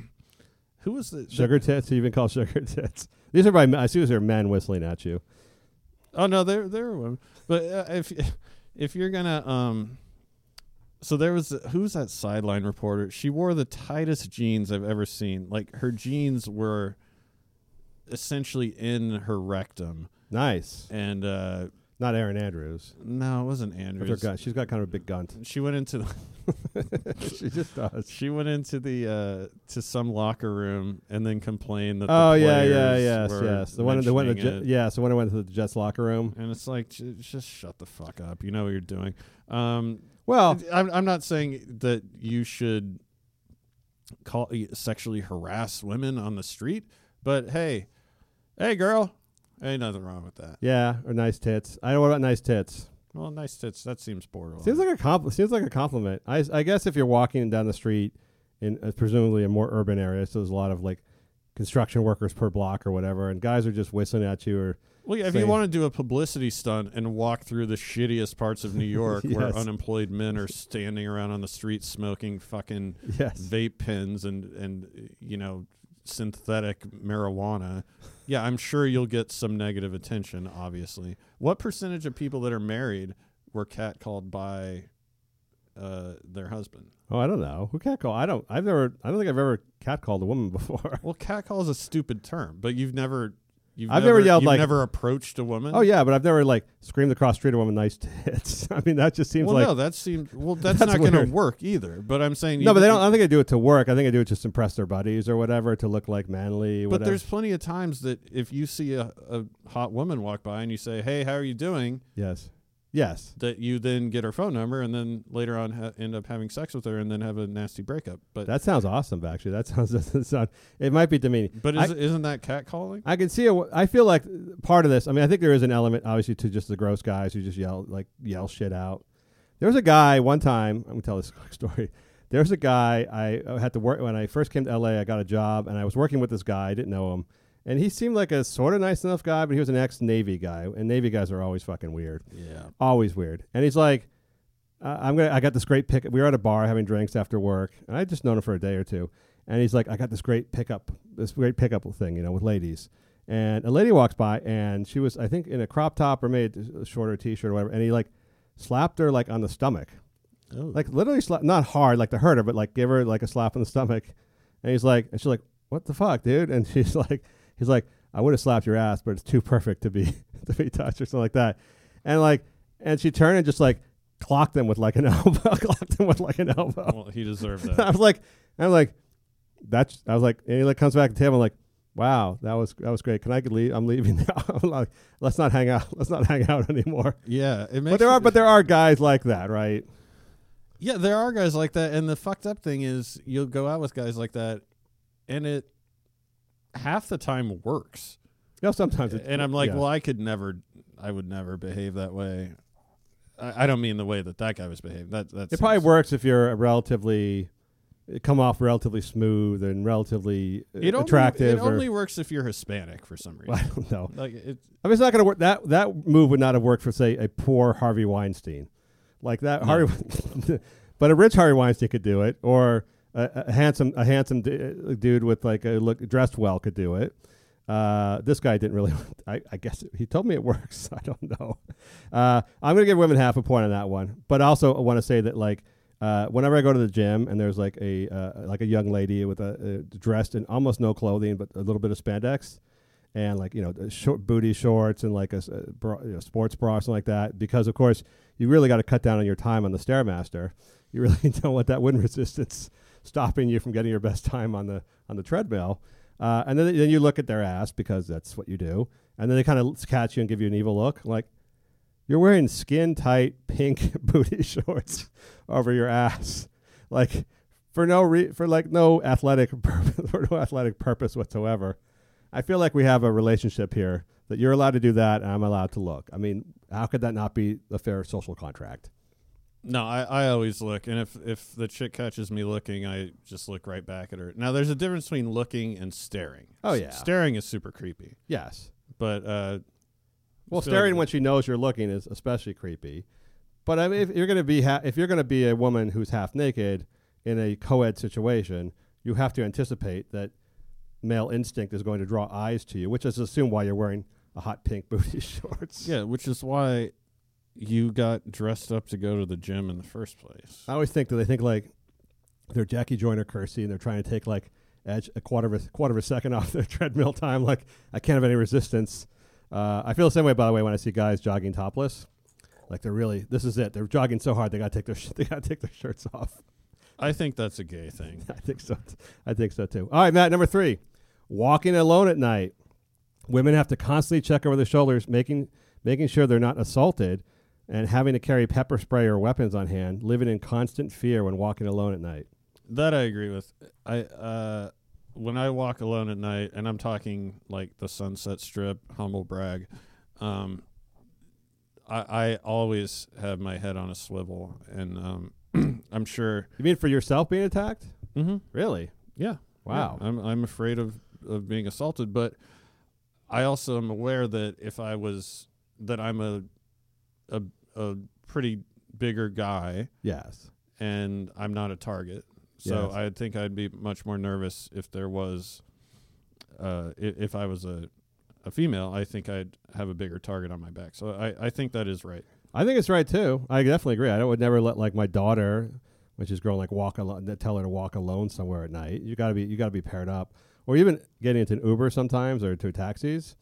G: who was the
F: Sugar tits, you even call sugar tits. These are by I see these are men whistling at you.
G: oh no, there there were women. But uh, if if you're gonna um, So there was who's that sideline reporter? She wore the tightest jeans I've ever seen. Like her jeans were essentially in her rectum.
F: Nice.
G: And uh
F: Not Aaron Andrews.
G: no, it wasn't
F: With her
G: Andrews.
F: gun. She's got kind of a big gunt.
G: She went into the
F: she just does.
G: Uh, she went into the uh to some locker room and then complained that
F: Oh
G: the
F: yeah, yeah,
G: players
F: yes,
G: were
F: yes. The one, the one, the
G: mentioning
F: Jet,
G: it.
F: yeah. So when I went to the Jets locker room,
G: And it's like j- just shut the fuck up. You know what you're doing. Um
F: well,
G: I'm, I'm not saying that you should call sexually harass women on the street, but hey, hey, girl, ain't nothing wrong with that.
F: yeah, or nice tits. I don't know about nice tits.
G: Well, nice tits. That seems borderline.
F: Seems like a compl- seems like a compliment. I, I guess if you're walking down the street in uh, presumably a more urban area, so there's a lot of like construction workers per block or whatever, and guys are just whistling at you or
G: well, yeah, if
F: say-
G: you want to do a publicity stunt and walk through the shittiest parts of New York, where
F: Yes.
G: unemployed men are standing around on the street smoking fucking
F: Yes.
G: vape pens and and you know synthetic marijuana. Yeah, I'm sure you'll get some negative attention. Obviously, what percentage of people that are married were catcalled by uh, their husband?
F: oh I don't know who catcall. I don't. I've never. I don't think I've ever catcalled a woman before.
G: Well, catcall is a stupid term, but you've never. You've
F: I've never yelled
G: you've
F: like-
G: never approached a woman.
F: oh yeah, but I've never like screamed across the street at a woman nice tits. I mean that just seems
G: Well,
F: like
G: no, that seems well. That's,
F: That's
G: not going
F: weird.
G: to work either. But I'm saying
F: No,
G: you-
F: but they don't. I don't think they do it to work. I think they do it just to impress their buddies or whatever to look like manly.
G: But
F: whatever.
G: there's plenty of times that if you see a, a hot woman walk by and you say, "Hey, how are you doing?"
F: yes, yes,
G: that you then get her phone number and then later on ha- end up having sex with her and then have a nasty breakup. But
F: that sounds awesome. Actually, that sounds doesn't sound. It might be demeaning.
G: but
F: I-
G: is, isn't that catcalling?
F: I can see. A, I feel like part of this. I mean, I think there is an element, obviously, to just the gross guys who just yell like yell shit out. There was a guy one time. I'm gonna tell this quick story. There was a guy I uh, had to work when I first came to LA. I got a job and I was working with this guy. I didn't know him, and he seemed like a sort of nice enough guy, but he was an ex Navy guy, and Navy guys are always fucking weird.
G: Yeah.
F: always weird. And he's like, uh, I'm gonna. I got this great pick. We were at a bar having drinks after work, and I just known him for a day or two. And he's like, I got this great pickup, this great pickup thing, you know, with ladies. And a lady walks by, and she was, I think, in a crop top or made a shorter T-shirt or whatever. And he like slapped her like on the stomach,
G: Oh.
F: like literally slap, not hard, like to hurt her, but like give her like a slap on the stomach. And he's like, and she's like, what the fuck, dude? And she's like, he's like, I would have slapped your ass, but it's too perfect to be to be touched or something like that. And like, and she turned and just like clocked them with like an elbow, clocked them with like an elbow.
G: Well, he deserved
F: I
G: that.
F: was like, I'm like, that's. I was like, and he like comes back to the table. I'm like, wow, that was that was great. Can I get leave? I'm leaving now. I'm like, let's not hang out. Let's not hang out anymore.
G: yeah, it makes
F: But there are but there are guys like that, right?
G: yeah, there are guys like that, and the fucked up thing is you'll go out with guys like that, and it half the time works.
F: You know, sometimes. It,
G: and I'm like,
F: yeah.
G: well, I could never, I would never behave that way. I, I don't mean the way that that guy was behaving. That that's
F: it probably works if you're a relatively it come off relatively smooth and relatively uh,
G: It only,
F: attractive.
G: It
F: or,
G: only works if you're Hispanic for some reason.
F: I don't know.
G: Like it,
F: I mean, it's not going to work. That that move would not have worked for say a poor Harvey Weinstein, like that Harvey, but a rich Harvey Weinstein could do it, or a, a handsome a handsome d- uh, dude with like a look dressed well could do it. Uh, this guy didn't really. I, I guess he told me it works. I don't know. Uh, I'm gonna give women half a point on that one, but also I want to say that like uh, whenever I go to the gym and there's like a uh, like a young lady with a uh, dressed in almost no clothing but a little bit of spandex, and like you know uh, short booty shorts and like a, s- a bra, you know, sports bra or something like that because of course you really got to cut down on your time on the stairmaster you really don't want that wind resistance stopping you from getting your best time on the on the treadmill uh, and then, then you look at their ass because that's what you do and then they kind of catch you and give you an evil look like you're wearing skin tight pink booty shorts over your ass like for no re- for like no athletic purpose, for no athletic purpose whatsoever I feel like we have a relationship here that you're allowed to do that and I'm allowed to look. I mean, how could that not be a fair social contract?
G: no, I, I always look, and if if the chick catches me looking, I just look right back at her. Now, there's a difference between looking and staring.
F: Oh,
G: S-
F: yeah.
G: staring is super creepy,
F: Yes.
G: but uh,
F: Well,
G: So-
F: staring when she knows you're looking is especially creepy. But I mean, if you're gonna be ha- if you're gonna be a woman who's half naked in a co-ed situation, you have to anticipate that male instinct is going to draw eyes to you, which is assumed why you're wearing a hot pink booty shorts.
G: yeah, which is why you got dressed up to go to the gym in the first place?
F: I always think that they think like they're Jackie Joyner Kersey and they're trying to take like edge, a quarter of a quarter of a second off their treadmill time. Like I can't have any resistance. Uh, I feel the same way, by the way, when I see guys jogging topless. Like they're really this is it. They're jogging so hard they gotta take their sh- they gotta take their shirts off.
G: I think that's a gay thing.
F: I think so. t- I think so too. All right, Matt. Number three, walking alone at night. Women have to constantly check over their shoulders, making making sure they're not assaulted, and having to carry pepper spray or weapons on hand. Living in constant fear when walking alone at night.
G: That I agree with. I uh, when I walk alone at night, and I'm talking like the Sunset Strip, humble brag. Um, I, I always have my head on a swivel, and um, I'm sure.
F: You mean for yourself being attacked?
G: Mm-hmm.
F: Really?
G: Yeah.
F: Wow. Um,
G: Yeah. I'm I'm afraid of of being assaulted, but I also am aware that if I was that I'm a a a pretty bigger guy
F: Yes.
G: and I'm not a target. So
F: Yes.
G: I think I'd be much more nervous if there was uh i- if I was a a female, I think I'd have a bigger target on my back. So I, I think that is right.
F: I think it's right too. I definitely agree. I don't- would never let like my daughter, which is grown, like walk alone. Tell her to walk alone somewhere at night. You gotta be you gotta be paired up, or even getting into an Uber sometimes or to taxis.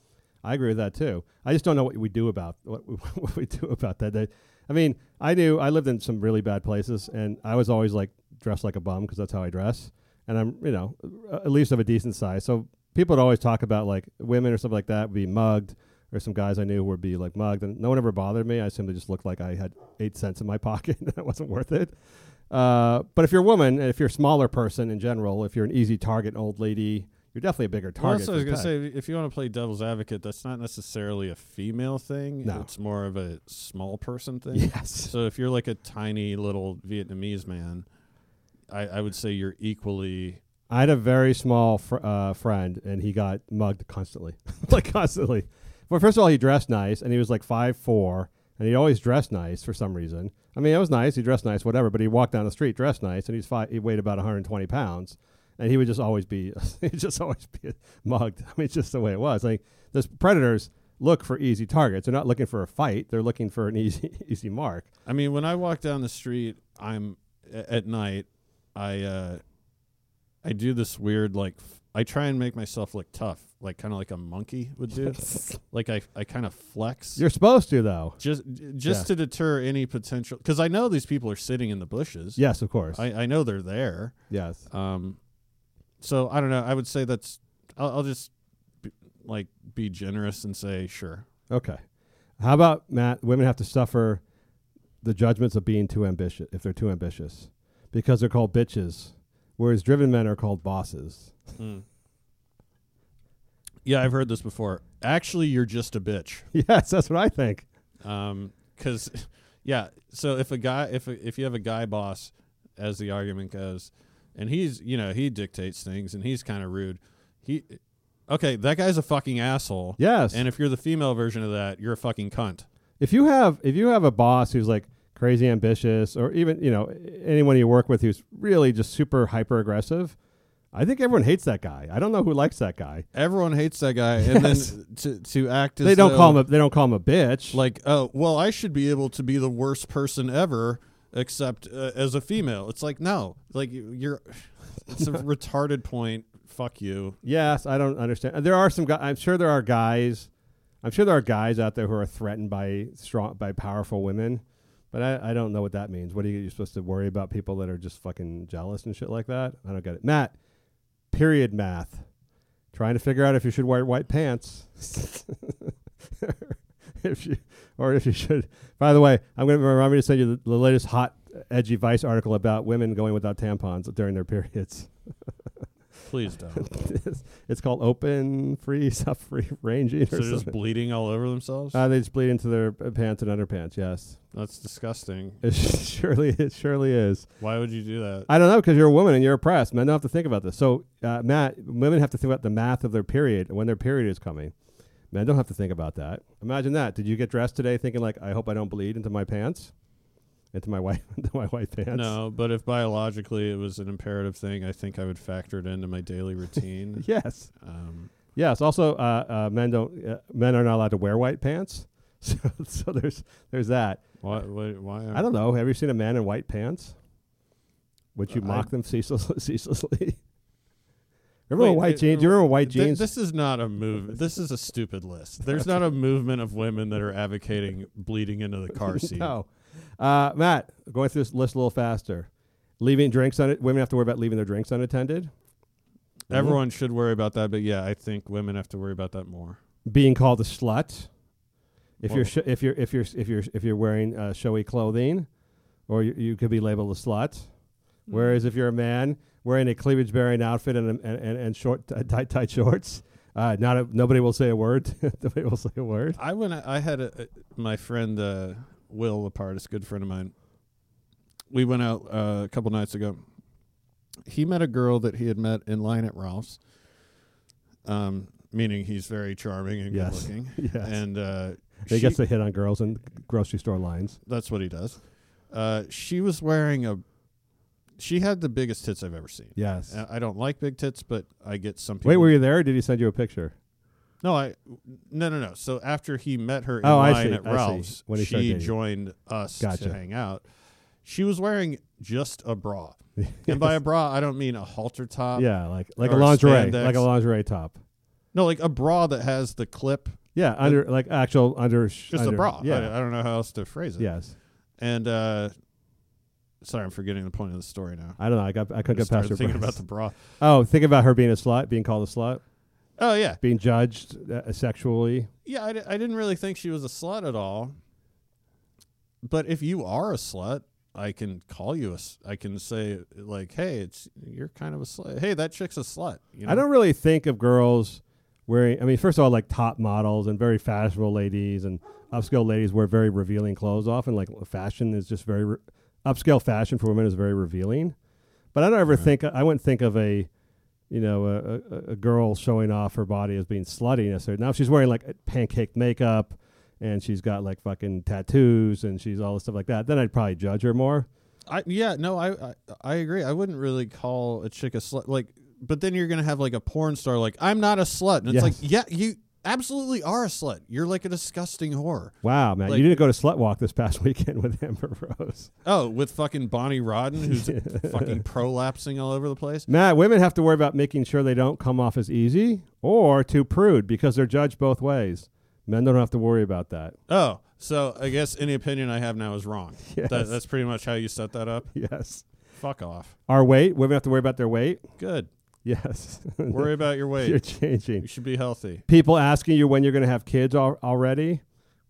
F: I agree with that too. I just don't know what we do about what we, what we do about that. They- I mean, I knew I lived in some really bad places, and I was always like dressed like a bum because that's how I dress, and I'm you know uh, at least of a decent size. So people would always talk about like women or something like that would be mugged, or some guys I knew who would be like mugged, and no one ever bothered me. I simply just looked like I had eight cents in my pocket, and it wasn't worth it. Uh, but if you're a woman, and if you're a smaller person in general, if you're an easy target, an old lady, you're definitely a bigger target.
G: also, I was
F: for
G: gonna
F: attack.
G: say if you want to play devil's advocate, that's not necessarily a female thing.
F: No.
G: It's more of a small person thing.
F: yes.
G: So if you're like a tiny little Vietnamese man, I, I would say you're equally
F: I had a very small fr- uh, friend, and he got mugged constantly, like constantly. Well, first of all, he dressed nice, and he was like five four, and he always dressed nice for some reason. I mean, it was nice. He dressed nice, whatever. But he walked down the street dressed nice, and he's five, he weighed about 120 pounds, and he would just always be, he'd just always be mugged. I mean, it's just the way it was. Like those predators look for easy targets. They're not looking for a fight. They're looking for an easy easy mark.
G: I mean, when I walk down the street, I'm a- at night. I uh, I do this weird like f- I try and make myself look tough, like kind of like a monkey would do. like I I kind of flex
F: You're supposed to though.
G: just j- just
F: Yeah.
G: to deter any potential because I know these people are sitting in the bushes.
F: Yes, of course.
G: I I know they're there.
F: yes.
G: Um, so I don't know. I would say that's I'll, I'll just be, like be generous and say sure.
F: Okay. How about Matt? Women have to suffer the judgments of being too ambitious if they're too ambitious, because they're called bitches, whereas driven men are called bosses.
G: Yeah, I've heard this before. Actually, you're just a bitch.
F: yes, that's what I think.
G: um because yeah so if a guy if if you have a guy boss as the argument goes and he's you know he dictates things and he's kind of rude he okay that guy's a fucking asshole
F: Yes.
G: and if you're the female version of that you're a fucking cunt
F: If you have if you have a boss who's like crazy ambitious, or even you know anyone you work with who's really just super hyper aggressive, I think everyone hates that guy. I don't know who likes that guy.
G: everyone hates that guy and
F: Yes.
G: then to to act as
F: They don't
G: though,
F: call him a, they don't call him a bitch.
G: like oh well i should be able to be the worst person ever except uh, as a female it's like no like you- you're it's a retarded point fuck you
F: Yes, I don't understand. There are some guys. I'm sure there are guys. I'm sure there are guys out there who are threatened by strong, by powerful women, but I, I don't know what that means. What are you you're supposed to worry about? People that are just fucking jealous and shit like that. I don't get it. Matt, period math. Trying to figure out if you should wear white pants. if you, or if you should. By the way, I'm going to remind me to send you the, the latest hot, edgy Vice article about women going without tampons during their periods.
G: please don't
F: it's, it's called open free sub free ranging
G: So
F: or
G: they're just
F: something.
G: bleeding all over themselves?
F: Uh, they just bleed into their uh, pants and underpants. Yes,
G: That's disgusting.
F: it surely it surely is.
G: Why would you do that?
F: I don't know because you're a woman and you're oppressed. Men don't have to think about this. So uh, Matt, women have to think about the math of their period and when their period is coming. Men don't have to think about that. Imagine that. Did you get dressed today thinking like, I hope I don't bleed into my pants, into my white into my white pants?
G: no, but if biologically it was an imperative thing, I think I would factor it into my daily routine.
F: Yes.
G: um,
F: Yes. Also, uh, uh, men don't. Uh, men are not allowed to wear white pants. So, so there's there's that.
G: Why? Why? why
F: I don't know. Have you seen a man in white pants? Would you
G: Uh,
F: mock them ceaselessly? ceaselessly? remember when
G: Wait,
F: white
G: it-
F: jeans? You remember when white
G: Th-
F: jeans?
G: this is not a move. This is a stupid list. There's not a movement of women that are advocating bleeding into the car seat.
F: no. Uh, Matt, going through this list a little faster. Leaving drinks on it. Women have to worry about leaving their drinks unattended.
G: Everyone should worry about that, but yeah, I think women have to worry about that more.
F: Being called a slut. If
G: Well-
F: you're sh- if you're if you're if you're if you're wearing uh, showy clothing, or you, you could be labeled a slut.
G: Mm.
F: Whereas if you're a man wearing a cleavage bearing outfit and, a- and and and short t- tight tight shorts, uh, not a, nobody will say a word. nobody will say a word.
G: I when I, I had a, a- my friend uh, Will Lapardis, good friend of mine. We went out uh, a couple nights ago. He met a girl that he had met in line at Ralph's. Um, meaning he's very charming and
F: Yes.
G: good looking.
F: Yes.
G: And uh,
F: He
G: she-
F: gets a hit on girls in grocery store lines.
G: that's what he does. Uh, she was wearing a. She had the biggest tits I've ever seen. Uh,
F: Yes.
G: I I don't like big tits, but I get some people.
F: Wait, were you there? Or did he send you a picture?
G: No, I no no no. So after he met her in
F: Oh, I
G: line
F: see,
G: at
F: I see.
G: Ralph's,
F: When he started
G: she
F: dating.
G: joined us
F: Gotcha.
G: to hang out. She was wearing just a bra, and by a bra I don't mean a halter top.
F: Yeah, like like a
G: or
F: lingerie,
G: spandex.
F: like a lingerie top.
G: no, like a bra that has the clip,
F: Yeah, under like actual under
G: just a bra. I, I don't know how else to phrase it.
F: yes.
G: and uh, sorry, I'm forgetting the point of the story now.
F: I don't know. I got I couldn't
G: Just
F: get past
G: started
F: her.
G: thinking about
F: breasts.
G: the bra.
F: oh, think about her being a slut, being called a slut,
G: Oh yeah,
F: being judged uh, sexually.
G: yeah. I, di- I didn't really think she was a slut at all. But if you are a slut, I can call you a. s- I can say like, hey, it's you're kind of a slut. Hey, that chick's a slut. You know?
F: I don't really think of girls wearing. I mean, first of all, like top models and very fashionable ladies and upscale ladies wear very revealing clothes often. Like fashion is just very re- upscale fashion for women is very revealing. But I don't ever think I wouldn't think of a you know a, a, a girl showing off her body as being slutty necessarily. Now if she's wearing like pancake makeup and she's got like fucking tattoos and she's all this stuff like that, then I'd probably judge her more.
G: I yeah no I, I I agree. I wouldn't really call a chick a slut. Like, but then you're gonna have like a porn star like I'm not a slut, and it's
F: Yes.
G: like yeah you absolutely are a slut. You're like a disgusting whore.
F: Wow, man,
G: Like-
F: you didn't go to slut walk this past weekend with Amber Rose.
G: Oh, with fucking Bonnie Rodden who's fucking prolapsing all over the place.
F: Matt, women have to worry about making sure they don't come off as easy or too prude because they're judged both ways. Men don't have to worry about that.
G: Oh, so I guess any opinion I have now is wrong.
F: Yes.
G: That, that's pretty much how you set that up.
F: Yes.
G: Fuck off.
F: Our weight, women have to worry about their weight.
G: Good.
F: Yes.
G: Worry about your
F: You're
G: weight. You
F: changing.
G: should be healthy.
F: People asking you when you're going to have kids al- already.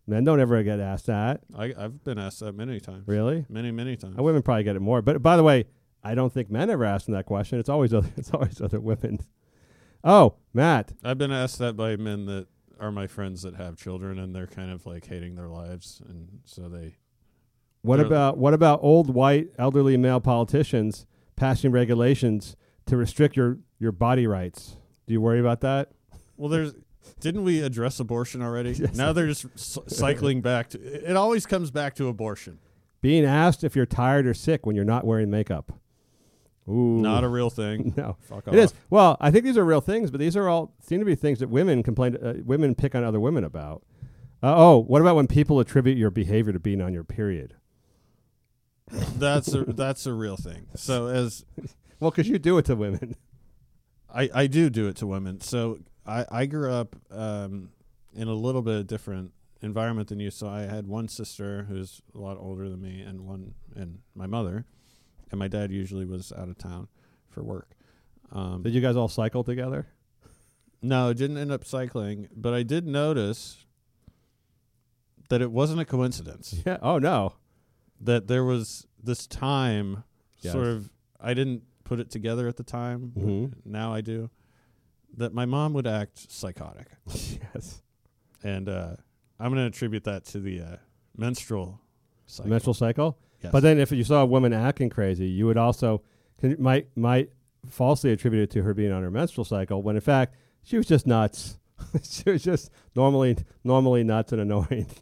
F: Men don't ever get asked that.
G: I, I've been asked that many times.
F: Really?
G: Many, many times.
F: Uh, women probably get it more. But by the way, I don't think men ever ask them that question. It's always other, it's always other women. Oh, Matt,
G: I've been asked that by men that are my friends that have children and they're kind of like hating their lives. And so they.
F: What
G: They're-
F: about what about old white elderly male politicians passing regulations to restrict your your body rights? Do you worry about that?
G: Well, there's. Didn't we address abortion already? Now they're just c- cycling back to. It always comes back to abortion.
F: Being asked if you're tired or sick when you're not wearing makeup. Ooh.
G: Not a real thing.
F: no.
G: Fuck
F: It is.
G: off.
F: Well, I think these are real things, but these are all seem to be things that women complain uh, women pick on other women about. Uh, oh, what about when people attribute your behavior to being on your period?
G: That's a that's a real thing. So as
F: Well, cuz you do it to women.
G: I, I do do it to women. So I, I grew up um, in a little bit different environment than you. So I had one sister who's a lot older than me, and one and my mother, and my dad usually was out of town for work. Um,
F: Did you guys all cycle together?
G: no, it didn't end up cycling, but I did notice that it wasn't a coincidence
F: Yeah. Oh no.
G: that there was this time
F: Yes.
G: sort of I didn't put it together at the time. but
F: Mhm.
G: Now I do. That my mom would act psychotic.
F: yes.
G: and uh, I'm going to attribute that to the uh, menstrual cycle.
F: menstrual cycle.
G: Yes.
F: But then if you saw a woman acting crazy, you would also can, might might falsely attribute it to her being on her menstrual cycle when in fact she was just nuts. she was just normally normally nuts and annoying.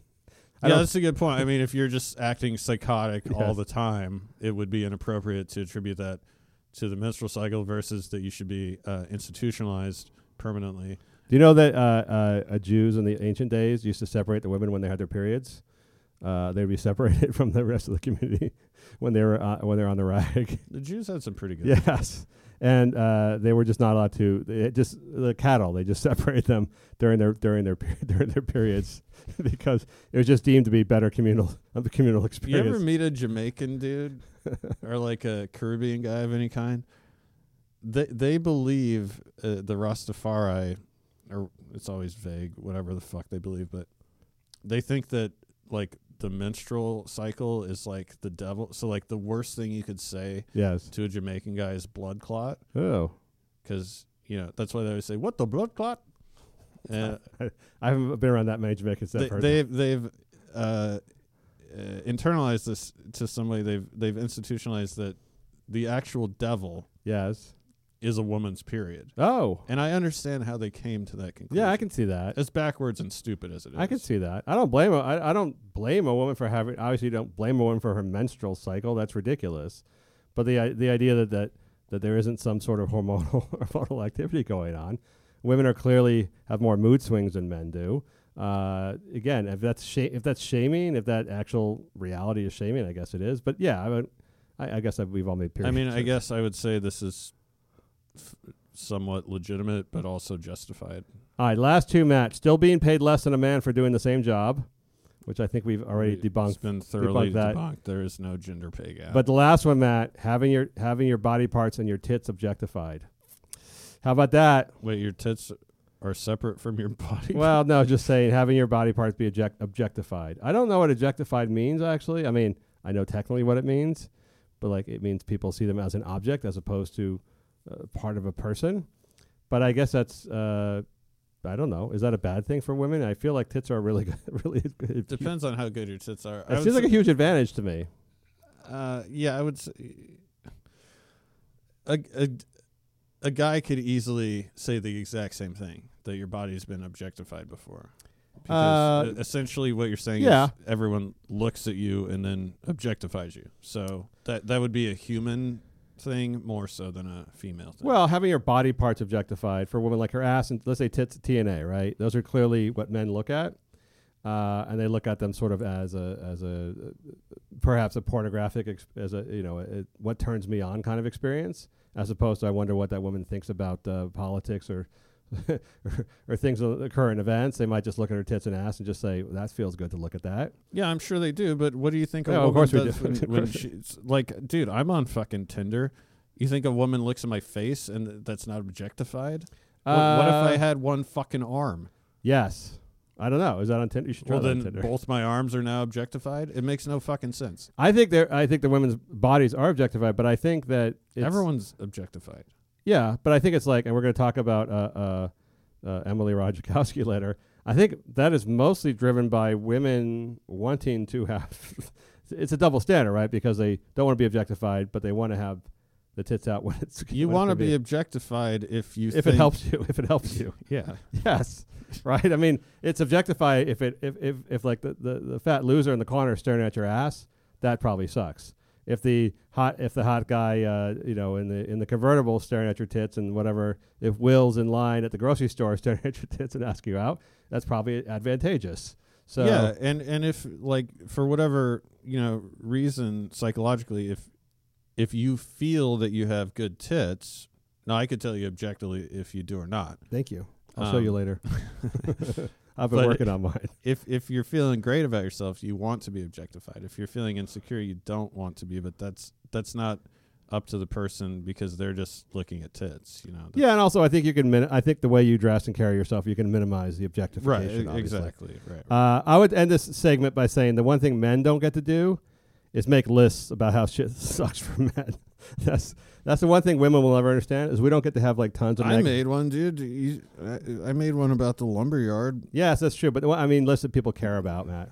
F: I
G: yeah,
F: don't-
G: that's a good point. I mean, if you're just acting psychotic all
F: Yes.
G: the time, it would be inappropriate to attribute that to the menstrual cycle versus that you should be uh, institutionalized permanently
F: Do you know that uh, uh, uh, Jews in the ancient days used to separate the women when they had their periods? Uh, they'd be separated from the rest of the community when they were uh, when they were on the rag.
G: The Jews had some pretty good.
F: yes, and uh, they were just not allowed to. It just the cattle. They just separate them during their during their peri- during their periods because it was just deemed to be better communal of the communal
G: You
F: experience.
G: ever meet a Jamaican dude or like a Caribbean guy of any kind? They they believe uh, the Rastafari, or it's always vague, whatever the fuck they believe, but they think that like the menstrual cycle is like the devil. So like the worst thing you could say
F: yes.
G: to a Jamaican guy is blood clot,
F: Oh,
G: because you know that's why they always say what the blood clot. Uh,
F: I, I haven't been around that many Jamaicans that
G: they,
F: person.
G: they've they've uh, uh, internalized this to somebody. They've they've institutionalized that the actual devil
F: yes.
G: is a woman's period,
F: Oh,
G: and I understand how they came to that conclusion.
F: yeah. I can see that.
G: As backwards and stupid as it is,
F: I can see that. I don't blame. A, I, I don't blame a woman for having. Obviously, you don't blame a woman for her menstrual cycle. That's ridiculous. But the i- the idea that that, that there isn't some sort of hormonal hormonal activity going on, women are clearly have more mood swings than men do. Uh, again, if that's sha- if that's shaming, if that actual reality is shaming, I guess it is. But yeah, I would. I, I guess I, we've all made.
G: I
F: Periods
G: mean, I guess I would say this is f- somewhat legitimate, but also justified.
F: All right, last two match. Still being paid less than a man for doing the same job, which I think we've already
G: It's
F: debunked.
G: been thoroughly
F: debunked that.
G: debunked. There is no gender pay gap.
F: But the last one, Matt, having your having your body parts and your tits objectified. How about that?
G: wait, your tits are separate from your body.
F: Well, no, just saying having your body parts be object- objectified. I don't know what objectified means actually. I mean, I know technically what it means, but like it means people see them as an object as opposed to uh, part of a person. But I guess that's uh, I don't know. Is that a bad thing for women? I feel like tits are really good, really good.
G: depends on how good your tits are. I
F: It
G: would
F: seems like
G: say-
F: a huge advantage to me.
G: Uh, yeah, I would say a, a, a guy could easily say the exact same thing that your body's been objectified before. Because
F: Uh,
G: e- essentially, what you're saying
F: yeah.
G: is everyone looks at you and then objectifies you. So that that would be a human thing more so than a female thing.
F: Well, having your body parts objectified for a woman like her ass and let's say tits, TNA, right? Those are clearly what men look at, uh, and they look at them sort of as a as a perhaps a pornographic ex- as a you know a, what turns me on kind of experience, as opposed to I wonder what that woman thinks about uh, politics or. or, or things of the current events, they might just look at her tits and ass and just say, "That feels good to look at that."
G: yeah, I'm sure they do. But what do you think?
F: Yeah,
G: a woman
F: of course we
G: does
F: do.
G: When, when she's like, dude, I'm on fucking Tinder. You think a woman looks at my face and th- that's not objectified? What, what if I
F: Uh,
G: had one fucking arm?
F: Yes, I don't know. Is that on Tinder? You should try
G: Well,
F: that on
G: then
F: Tinder.
G: both my arms are now objectified. It makes no fucking sense.
F: I think there. I think the women's bodies are objectified, but I think that it's,
G: Everyone's objectified.
F: Yeah, but I think it's like, and we're going to talk about uh, uh, uh, Emily Ratajkowski later. I think that is mostly driven by women wanting to have. it's a double standard, right? Because they don't want to be objectified, but they want to have the tits out when it's.
G: You
F: when it's
G: want to
F: gonna
G: be objectified if you
F: if it
G: think-
F: helps you. If it helps you.
G: Yeah,
F: Yes, right. I mean, it's objectify. If it if if, if like the, the the fat loser in the corner staring at your ass, that probably sucks. If the hot if the hot guy uh, you know in the in the convertible staring at your tits and whatever, if Will's in line at the grocery store staring at your tits and asking you out, that's probably advantageous. So
G: yeah, and and if like for whatever you know reason psychologically, if if you feel that you have good tits, now I could tell you objectively if you do or not.
F: thank you. I'll show you
G: Um,
F: later. I've been
G: but-
F: working on mine.
G: If if you're feeling great about yourself, you want to be objectified. If you're feeling insecure, you don't want to be. But that's that's not up to the person because they're just looking at tits. You know.
F: Yeah, and also I think you can. Min- I think the way you dress and carry yourself, you can minimize the
G: Right.
F: objectification.
G: e-
F: obviously.
G: Exactly. Right.
F: Uh, I would end this segment by saying the one thing men don't get to do is make lists about how shit sucks for men. that's that's the one thing women will never understand is we don't get to have like tons of.
G: I
F: neg-
G: made one, dude. You, I, I made one about the lumber yard.
F: Yes, that's true. But the one, I mean, lists that people care about, Matt.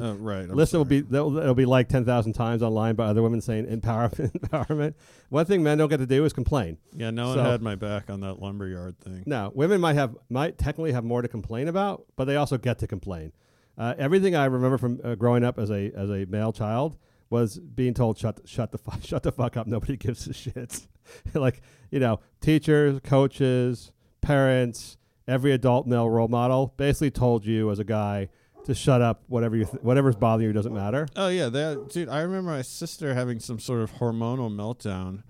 G: Uh, right. I'm
F: lists that
G: sorry.
F: will be that'll, that'll be like ten thousand times online by other women saying empowerment, empowerment. One thing men don't get to do is complain.
G: Yeah, no one
F: so-
G: had my back on that lumber yard thing.
F: No, women might have might technically have more to complain about, but they also get to complain. Uh, everything I remember from uh, growing up as a as a male child was being told shut shut the fuck shut the fuck up. Nobody gives a shit. like you know, teachers, coaches, parents, every adult male role model basically told you as a guy to shut up. Whatever you th- whatever's bothering you doesn't matter.
G: Oh yeah, that dude. I remember my sister having some sort of hormonal meltdown,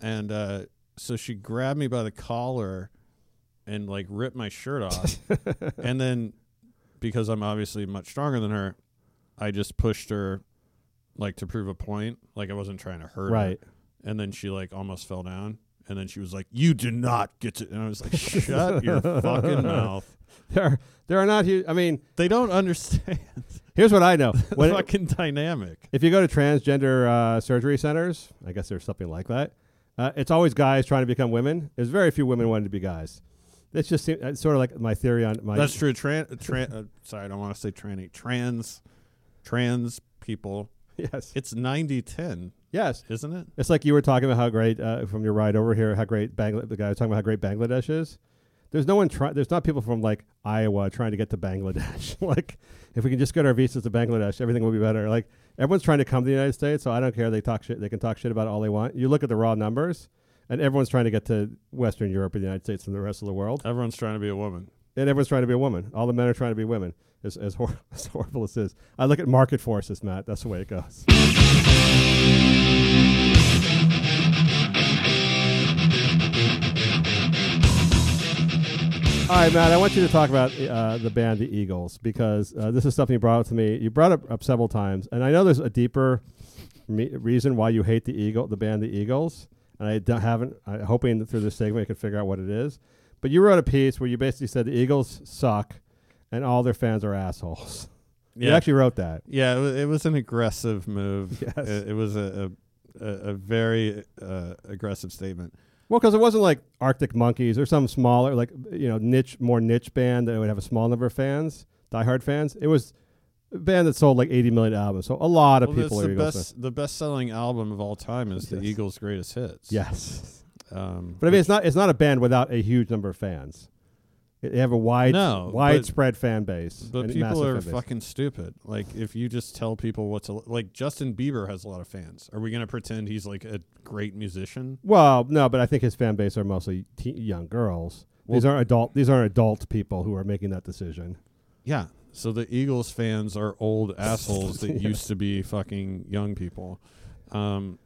G: and uh, so she grabbed me by the collar and like ripped my shirt off, and then because I'm obviously much stronger than her, I just pushed her like to prove a point, like I wasn't trying to hurt her.
F: Right.
G: And then she like almost fell down, and then she was like, "You do not get to," and I was like, "Shut your fucking mouth."
F: There, are- there are not. Huge, I mean,
G: They don't understand
F: here's what I know.
G: the
F: When-
G: fucking dynamic.
F: if you go to transgender uh, surgery centers, I guess there's something like that. Uh, it's always guys trying to become women. There's very few women wanting to be guys. That's just se- that's sort of like my theory on my.
G: That's true. Tran, tran, uh, sorry, I don't want to say tranny. Trans, trans people.
F: Yes.
G: It's 90-10,
F: yes.
G: isn't it?
F: It's like you were talking about how great uh, from your ride over here, how great Bangla- the guy was talking about how great Bangladesh is. There's no one try- There's not people from like Iowa trying to get to Bangladesh. like, if we can just get our visas to Bangladesh, everything will be better. Like, everyone's trying to come to the United States, so I don't care. They talk shit. They can talk shit about all they want. You look at the raw numbers, and everyone's trying to get to Western Europe and the United States and the rest of the world,
G: Everyone's trying to be a woman.
F: and everyone's trying to be a woman. All the men are trying to be women. As as, hor- as horrible as this, I look at market forces, Matt. That's the way it goes. All right, Matt. I want you to talk about uh, the band The Eagles because uh, this is something you brought up to me. You brought up, up several times, and I know there's a deeper me- reason why you hate the Eagle, the band The Eagles. And I don't, haven't. I'm hoping that through this segment I can figure out what it is. But you wrote a piece where you basically said the Eagles suck, and all their fans are assholes. You
G: Yeah.
F: actually wrote that.
G: Yeah, it was, it was an aggressive move.
F: Yes.
G: It, it was a, a, a a very uh, aggressive statement.
F: Well, because it wasn't like Arctic Monkeys or some smaller, like you know, niche, more niche band that would have a small number of fans, diehard fans. It was a band that sold like 80 million albums, so a lot of
G: Well,
F: people
G: that's
F: are
G: the
F: Eagles fans.
G: best, the best-selling album of all time is
F: Yes.
G: the Eagles' greatest hits.
F: Yes,
G: Um,
F: but I mean, it's not it's not a band without a huge number of fans. It- They have a wide,
G: No, but-
F: widespread fan base.
G: But
F: and
G: people
F: massive
G: are
F: fan base.
G: fucking stupid. Like if you just tell people what to like, Justin Bieber has a lot of fans. Are we gonna pretend he's like a great musician?
F: Well, no, but I think his fan base are mostly te- young girls. these aren't adult. These aren't adult people who are making that decision.
G: Yeah. So the Eagles fans are old assholes that used to be fucking young people. Um,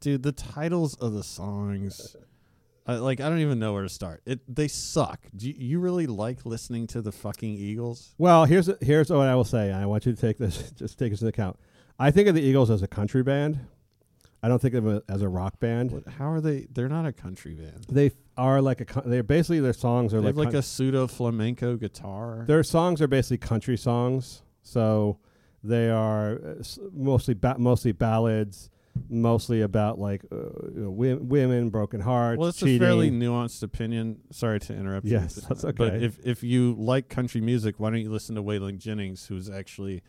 G: dude, the titles of the songs, I, like I don't even know where to start. It they suck. Do you, you really like listening to the fucking Eagles?
F: Well, here's here's what I will say. and I want you to take this, just take this into account. I think of the Eagles as a country band. I don't think of them as a rock band.
G: What, how are they? They're not a country band.
F: They are like a. co- They're basically their songs are
G: They have
F: like
G: like
F: coun-
G: a pseudo flamenco guitar.
F: their songs are basically country songs. So they are uh, s- mostly ba- mostly ballads, mostly about like uh, you know, wi- women, broken hearts,
G: Well, it's
F: cheating.
G: a fairly nuanced opinion. Sorry to interrupt. you.
F: Yes, that's
G: But
F: okay.
G: if if you like country music, why don't you listen to Waylon Jennings, who's actually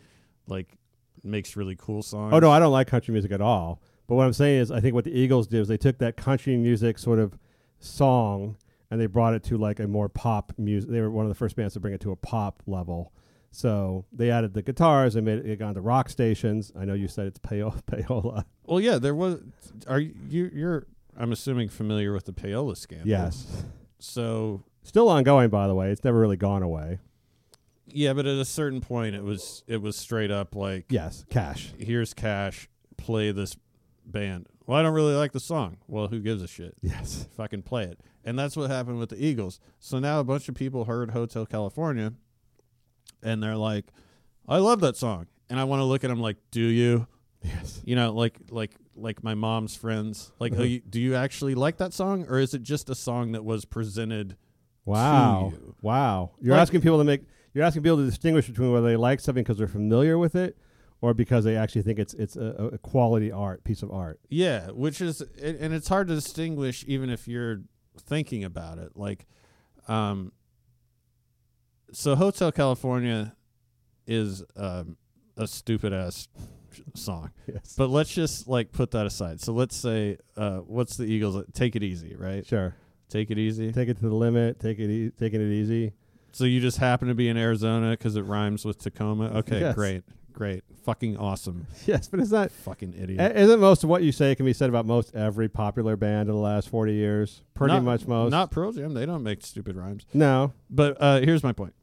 G: like makes really cool songs?
F: Oh no, I don't like country music at all. But what I'm saying is, I think what the Eagles did is they took that country music sort of song and they brought it to like a more pop music. They were one of the first bands to bring it to a pop level. So they added the guitars and made it, it got into rock stations. I know you said it's payo- payola.
G: Well, yeah, there was. Are you? You're. I'm assuming familiar with the payola scandal.
F: Yes,
G: So
F: still ongoing by the way. It's never really gone away.
G: yeah, but at a certain point, it was it was straight up like
F: Yes, cash.
G: here's cash, play this band. Well, I don't really like the song. Well, who gives a shit?
F: Yes,
G: fucking play it. And that's what happened with the Eagles. So now a bunch of people heard Hotel California and they're like, I love that song. And I want to look at them like, do you?
F: yes.
G: You know, like like like my mom's friends. Like, oh, you, do you actually like that song or is it just a song that was presented?
F: Wow,
G: you.
F: wow. You're
G: Like-
F: asking people to make. You're asking people to distinguish between whether they like something because they're familiar with it, or because they actually think it's it's a, a quality art piece of art.
G: Yeah, which is and and it's hard to distinguish even if you're thinking about it. Like um so Hotel California is um a stupid ass song.
F: Yes.
G: But let's just like put that aside. So let's say, uh, what's the Eagles? Take it easy, right?
F: Sure.
G: Take it easy.
F: Take it to the limit. Take it. E- taking it easy.
G: so you just happen to be in Arizona because it rhymes with Tacoma. Okay,
F: Yes. Eh,
G: great, Great. Fucking awesome.
F: Yes, but it's not.
G: Fucking idiot.
F: E, i- Isn't most of what you say can be said about most every popular band in the last 40 years? Pretty
G: Not-
F: much most.
G: Not Pearl Jam. They don't make stupid rhymes.
F: No.
G: But uh, here's my point.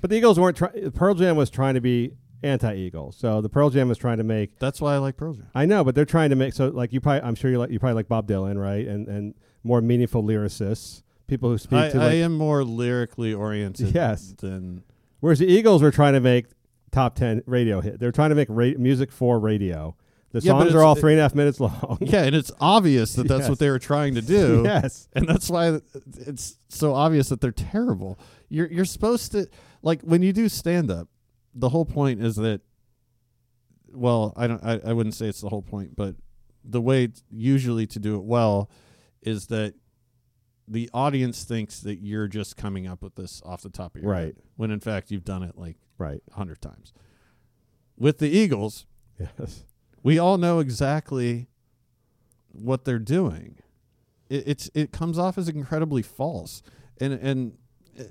F: But the Eagles weren't trying. Pearl Jam was trying to be anti Eagle. So the Pearl Jam was trying to make.
G: That's why I like Pearl Jam.
F: I know, but they're trying to make. So, like, you probably. I'm sure you like, you probably like Bob Dylan, right? And, and more meaningful lyricists, people who speak
G: I,
F: to.
G: I
F: Like,
G: am more lyrically oriented
F: Yes.
G: than
F: Whereas the Eagles were trying to make top 10 radio hit. They're trying to make ra- music for radio. The
G: Yeah, but
F: songs are
G: it's-
F: all
G: it-
F: three and a half minutes long.
G: Yeah, and it's obvious that that's
F: Yes.
G: what they were trying to do.
F: Yes.
G: And that's why it's so obvious that they're terrible. You're you're supposed to like when you do stand up, the whole point is that well, I don't I, I wouldn't say it's the whole point, but the way t- usually to do it well is that the audience thinks that you're just coming up with this off the top of your
F: Right.
G: head, when in fact you've done it like
F: Right.
G: a hundred times. With the Eagles,
F: Yes.
G: we all know exactly what they're doing. It, it's it comes off as incredibly false, and and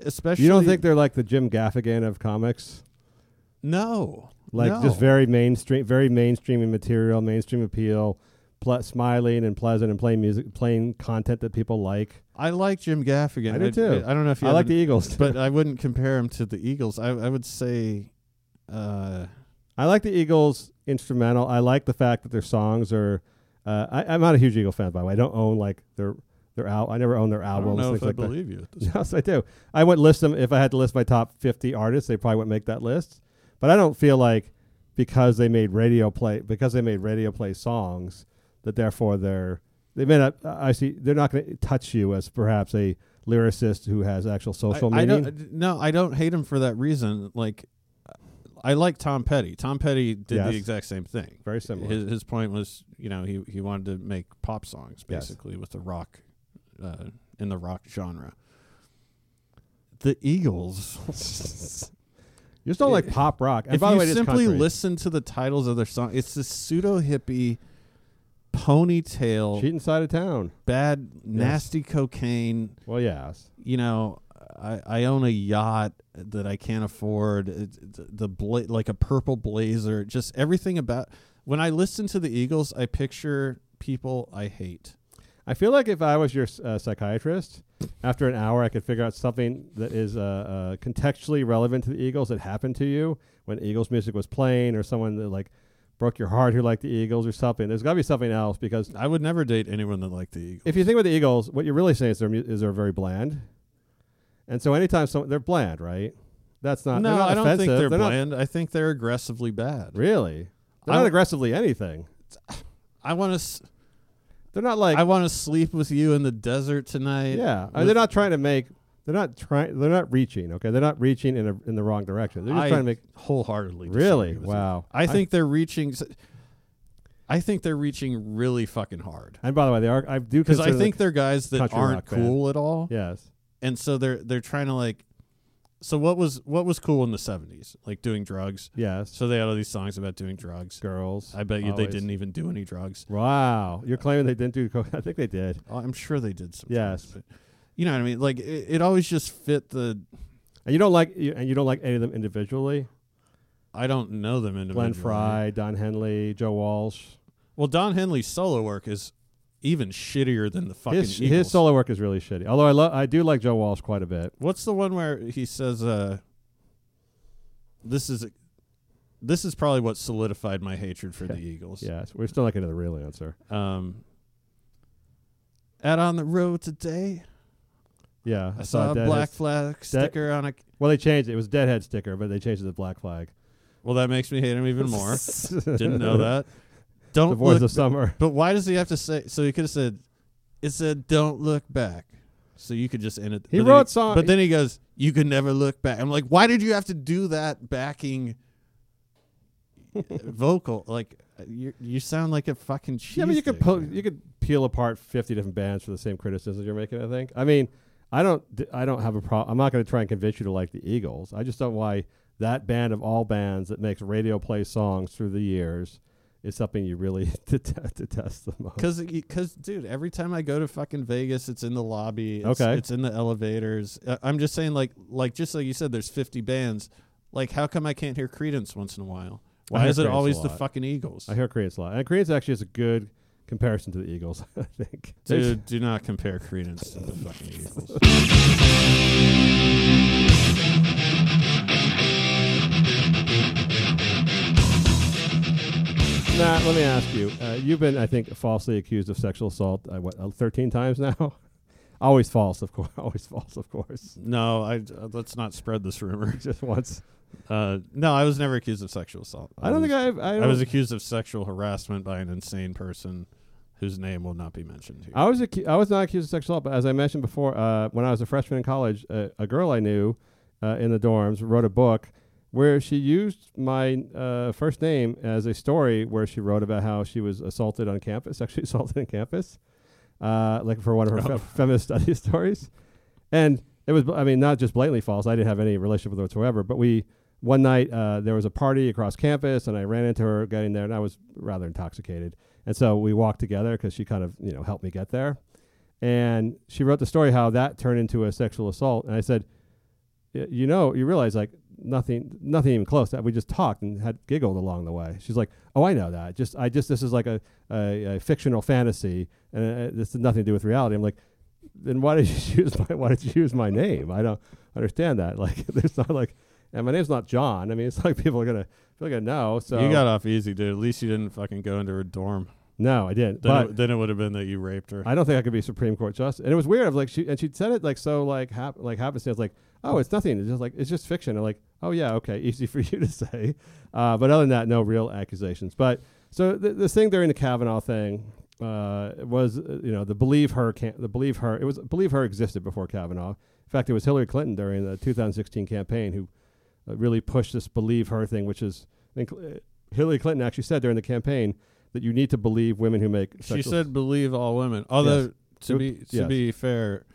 G: especially
F: You don't think they're like the Jim Gaffigan of comics?
G: no
F: Like
G: no.
F: just very mainstream, very mainstream in material, mainstream appeal, ple- smiling and pleasant and playing music, playing content that people like.
G: I like Jim Gaffigan.
F: I do too.
G: I, don't know if you
F: I like
G: have
F: the
G: an-
F: Eagles,
G: but I wouldn't compare him to the Eagles. I I would say, uh,
F: I like the Eagles instrumental. I like the fact that their songs are. Uh, I, I'm not a huge Eagle fan, by the way. I don't own like their their al- I never own their
G: I
F: albums.
G: don't know if
F: things
G: I
F: like that.
G: believe you. At this
F: Yes, I do. I would list them if I had to list my top 50 artists. They probably wouldn't make that list. But I don't feel like because they made radio play because they made radio play songs that therefore they're they may not. I see they're not going to touch you as perhaps a lyricist who has actual social
G: I, uh, I
F: meaning.
G: don't, no, I don't hate him for that reason. Like, I like Tom Petty. Tom Petty did
F: Yes.
G: the exact same thing.
F: Very similar.
G: His his point was, you know, he he wanted to make pop songs
F: Yes.
G: basically with the rock, uh, in the rock genre. The Eagles.
F: you just don't like pop rock. And
G: if
F: by the
G: you
F: way, it is
G: simply
F: country.
G: listen to the titles of their song, it's this pseudo hippie, ponytail,
F: cheating side of town.
G: bad, nasty cocaine
F: Well, yes.
G: you know, I, I own a yacht that I can't afford. It, the- the bla- like a purple blazer, just everything about. When I listen to the Eagles, I picture people I hate.
F: I feel like if I was your uh, psychiatrist, after an hour, I could figure out something that is uh, uh, contextually relevant to the Eagles that happened to you when Eagles music was playing, or someone that like broke your heart who liked the Eagles, or something. There's got to be something else because
G: I would never date anyone that liked the Eagles.
F: if you think about the Eagles, what you're really saying is they're mu- is they're very bland, and so anytime some they're bland, right? That's not they're
G: no,
F: not
G: I don't
F: offensive.
G: think they're,
F: They're not-
G: bland. I think they're aggressively bad.
F: really, they're
G: I
F: not
G: w-
F: aggressively anything.
G: I want to.
F: They're not like
G: I want to sleep with you in the desert tonight.
F: Yeah, I mean,
G: with-
F: they're not trying to make. They're not trying. They're not reaching. Okay, they're not reaching in a, in the wrong direction. They're just
G: I
F: trying to make.
G: wholeheartedly. disagree
F: Really?
G: with you.
F: Wow.
G: I
F: I-
G: think they're reaching. s- I think they're reaching really fucking hard.
F: And by the way, they are. I do
G: because
F: because
G: I think they're guys that
F: country
G: aren't
F: rock band.
G: cool at all,
F: yes.
G: and so they're they're trying to like. So what was what was cool in the seventies? Like doing drugs.
F: Yes.
G: So they had all these songs about doing drugs.
F: girls.
G: I bet you
F: always.
G: they didn't e-, even do any drugs.
F: Wow, you're claiming they didn't do. Co- I think they did.
G: Oh, I'm sure they did some.
F: Yes.
G: drugs, but you know what I mean. Like it, it always just fit the.
F: And you don't like. You, and you don't like any of them individually.
G: I don't know them individually.
F: Glenn Fry, Don Henley, Joe Walsh.
G: Well, Don Henley's solo work is even shittier than the fucking
F: His
G: Eagles.
F: his solo work is really shitty. Although I love. I do like Joe Walsh quite a bit.
G: What's the one where he says, uh, "This is, this is probably what solidified my hatred for the Eagles."
F: Yes, we're still not getting to the real answer.
G: Um, out on the road today,
F: Yeah,
G: I saw a
F: Deadhead-
G: black flag sticker on a.
F: Well, they changed it. It was Deadhead sticker, but they changed it to Black Flag.
G: Well, that makes me hate him even more. Didn't know that. Don't
F: The Voice
G: Oh, look.
F: of Summer.
G: but why does he have to say? So he could have said, "It said don't look back." So you could just end it.
F: He
G: but then
F: wrote song-
G: but then he goes, "You can never look back." I'm like, why did you have to do that backing vocal? Like, uh, you you sound like a fucking.
F: Yeah, but you could
G: cheesesteak,
F: po-
G: man.
F: you could peel apart fifty different bands for the same criticism you're making. I think. I mean, I don't d- I don't have a problem. I'm not going to try and convince you to like the Eagles. I just don't why that band of all bands that makes radio play songs through the years is something you really detest, detest the most.
G: Cause, it- cause, dude, every time I go to fucking Vegas, it's in the lobby. It's,
F: Okay.
G: it's in the elevators. Uh, I'm just saying, like, like just like you said, there's 50 bands. Like, how come I can't hear Credence once in a while, Why
F: hear
G: is it
F: Creed's a
G: always the
F: lot.
G: fucking Eagles?
F: I hear Creedence a lot, and Creedence actually is a good comparison to the Eagles. I think.
G: Dude, do not compare Credence to the fucking Eagles.
F: Matt, let me ask you. Uh, you've been, I think, falsely accused of sexual assault. Uh, what, uh, thirteen times now? always false, of course. Always false, of course.
G: No, I uh, let's not spread this rumor.
F: Just once.
G: Uh, no, I was never accused of sexual assault.
F: I don't
G: was-
F: think I've. I,
G: I,
F: don't,
G: was accused of sexual harassment by an insane person whose name will not be mentioned here.
F: I was acu- I was not accused of sexual assault, but as I mentioned before, uh, when I was a freshman in college, uh, a girl I knew uh, in the dorms wrote a book where she used my uh, first name as a story where she wrote about how she was assaulted on campus, sexually assaulted on campus, uh, like for one of her fe- feminist studies stories. And it was, I mean, not just blatantly false. I didn't have any relationship with her whatsoever. But we, one night, uh, there was a party across campus, and I ran into her getting there, and I was rather intoxicated. And so we walked together because she kind of, you know, helped me get there. And she wrote the story how that turned into a sexual assault. And I said, "Y- you know, you realize like nothing, nothing even close. That we just talked and had giggled along the way. She's like, oh, I know that. Just, I just, this is like a, a, a fictional fantasy, and uh, this has nothing to do with reality. I'm like, then why did you use my why did you use my name? I don't understand that. Like there's not like and my name's not John. I mean it's like people are gonna people are gonna know. So
G: you got off easy, dude. At least you didn't fucking go into her dorm.
F: No, I didn't.
G: Then,
F: But
G: it, then it would have been that you raped her.
F: I don't think I could be Supreme Court justice. And it was weird. Of like she and she said it like so like hap- like happenstance like oh it's nothing. It's just like it's just fiction. And like oh yeah okay easy for you to say. Uh, but other than that no real accusations. But so the, the thing during the Kavanaugh thing uh, was uh, you know the believe her can the believe her it was believe her existed before Kavanaugh. In fact, it was Hillary Clinton during the 2016 campaign who uh, really pushed this believe her thing, which is I think uh, Hillary Clinton actually said during the campaign that you need to believe women who make.
G: she
F: sexual-
G: said, "Believe all women." Although to
F: Oop,
G: be to
F: yes.
G: be fair,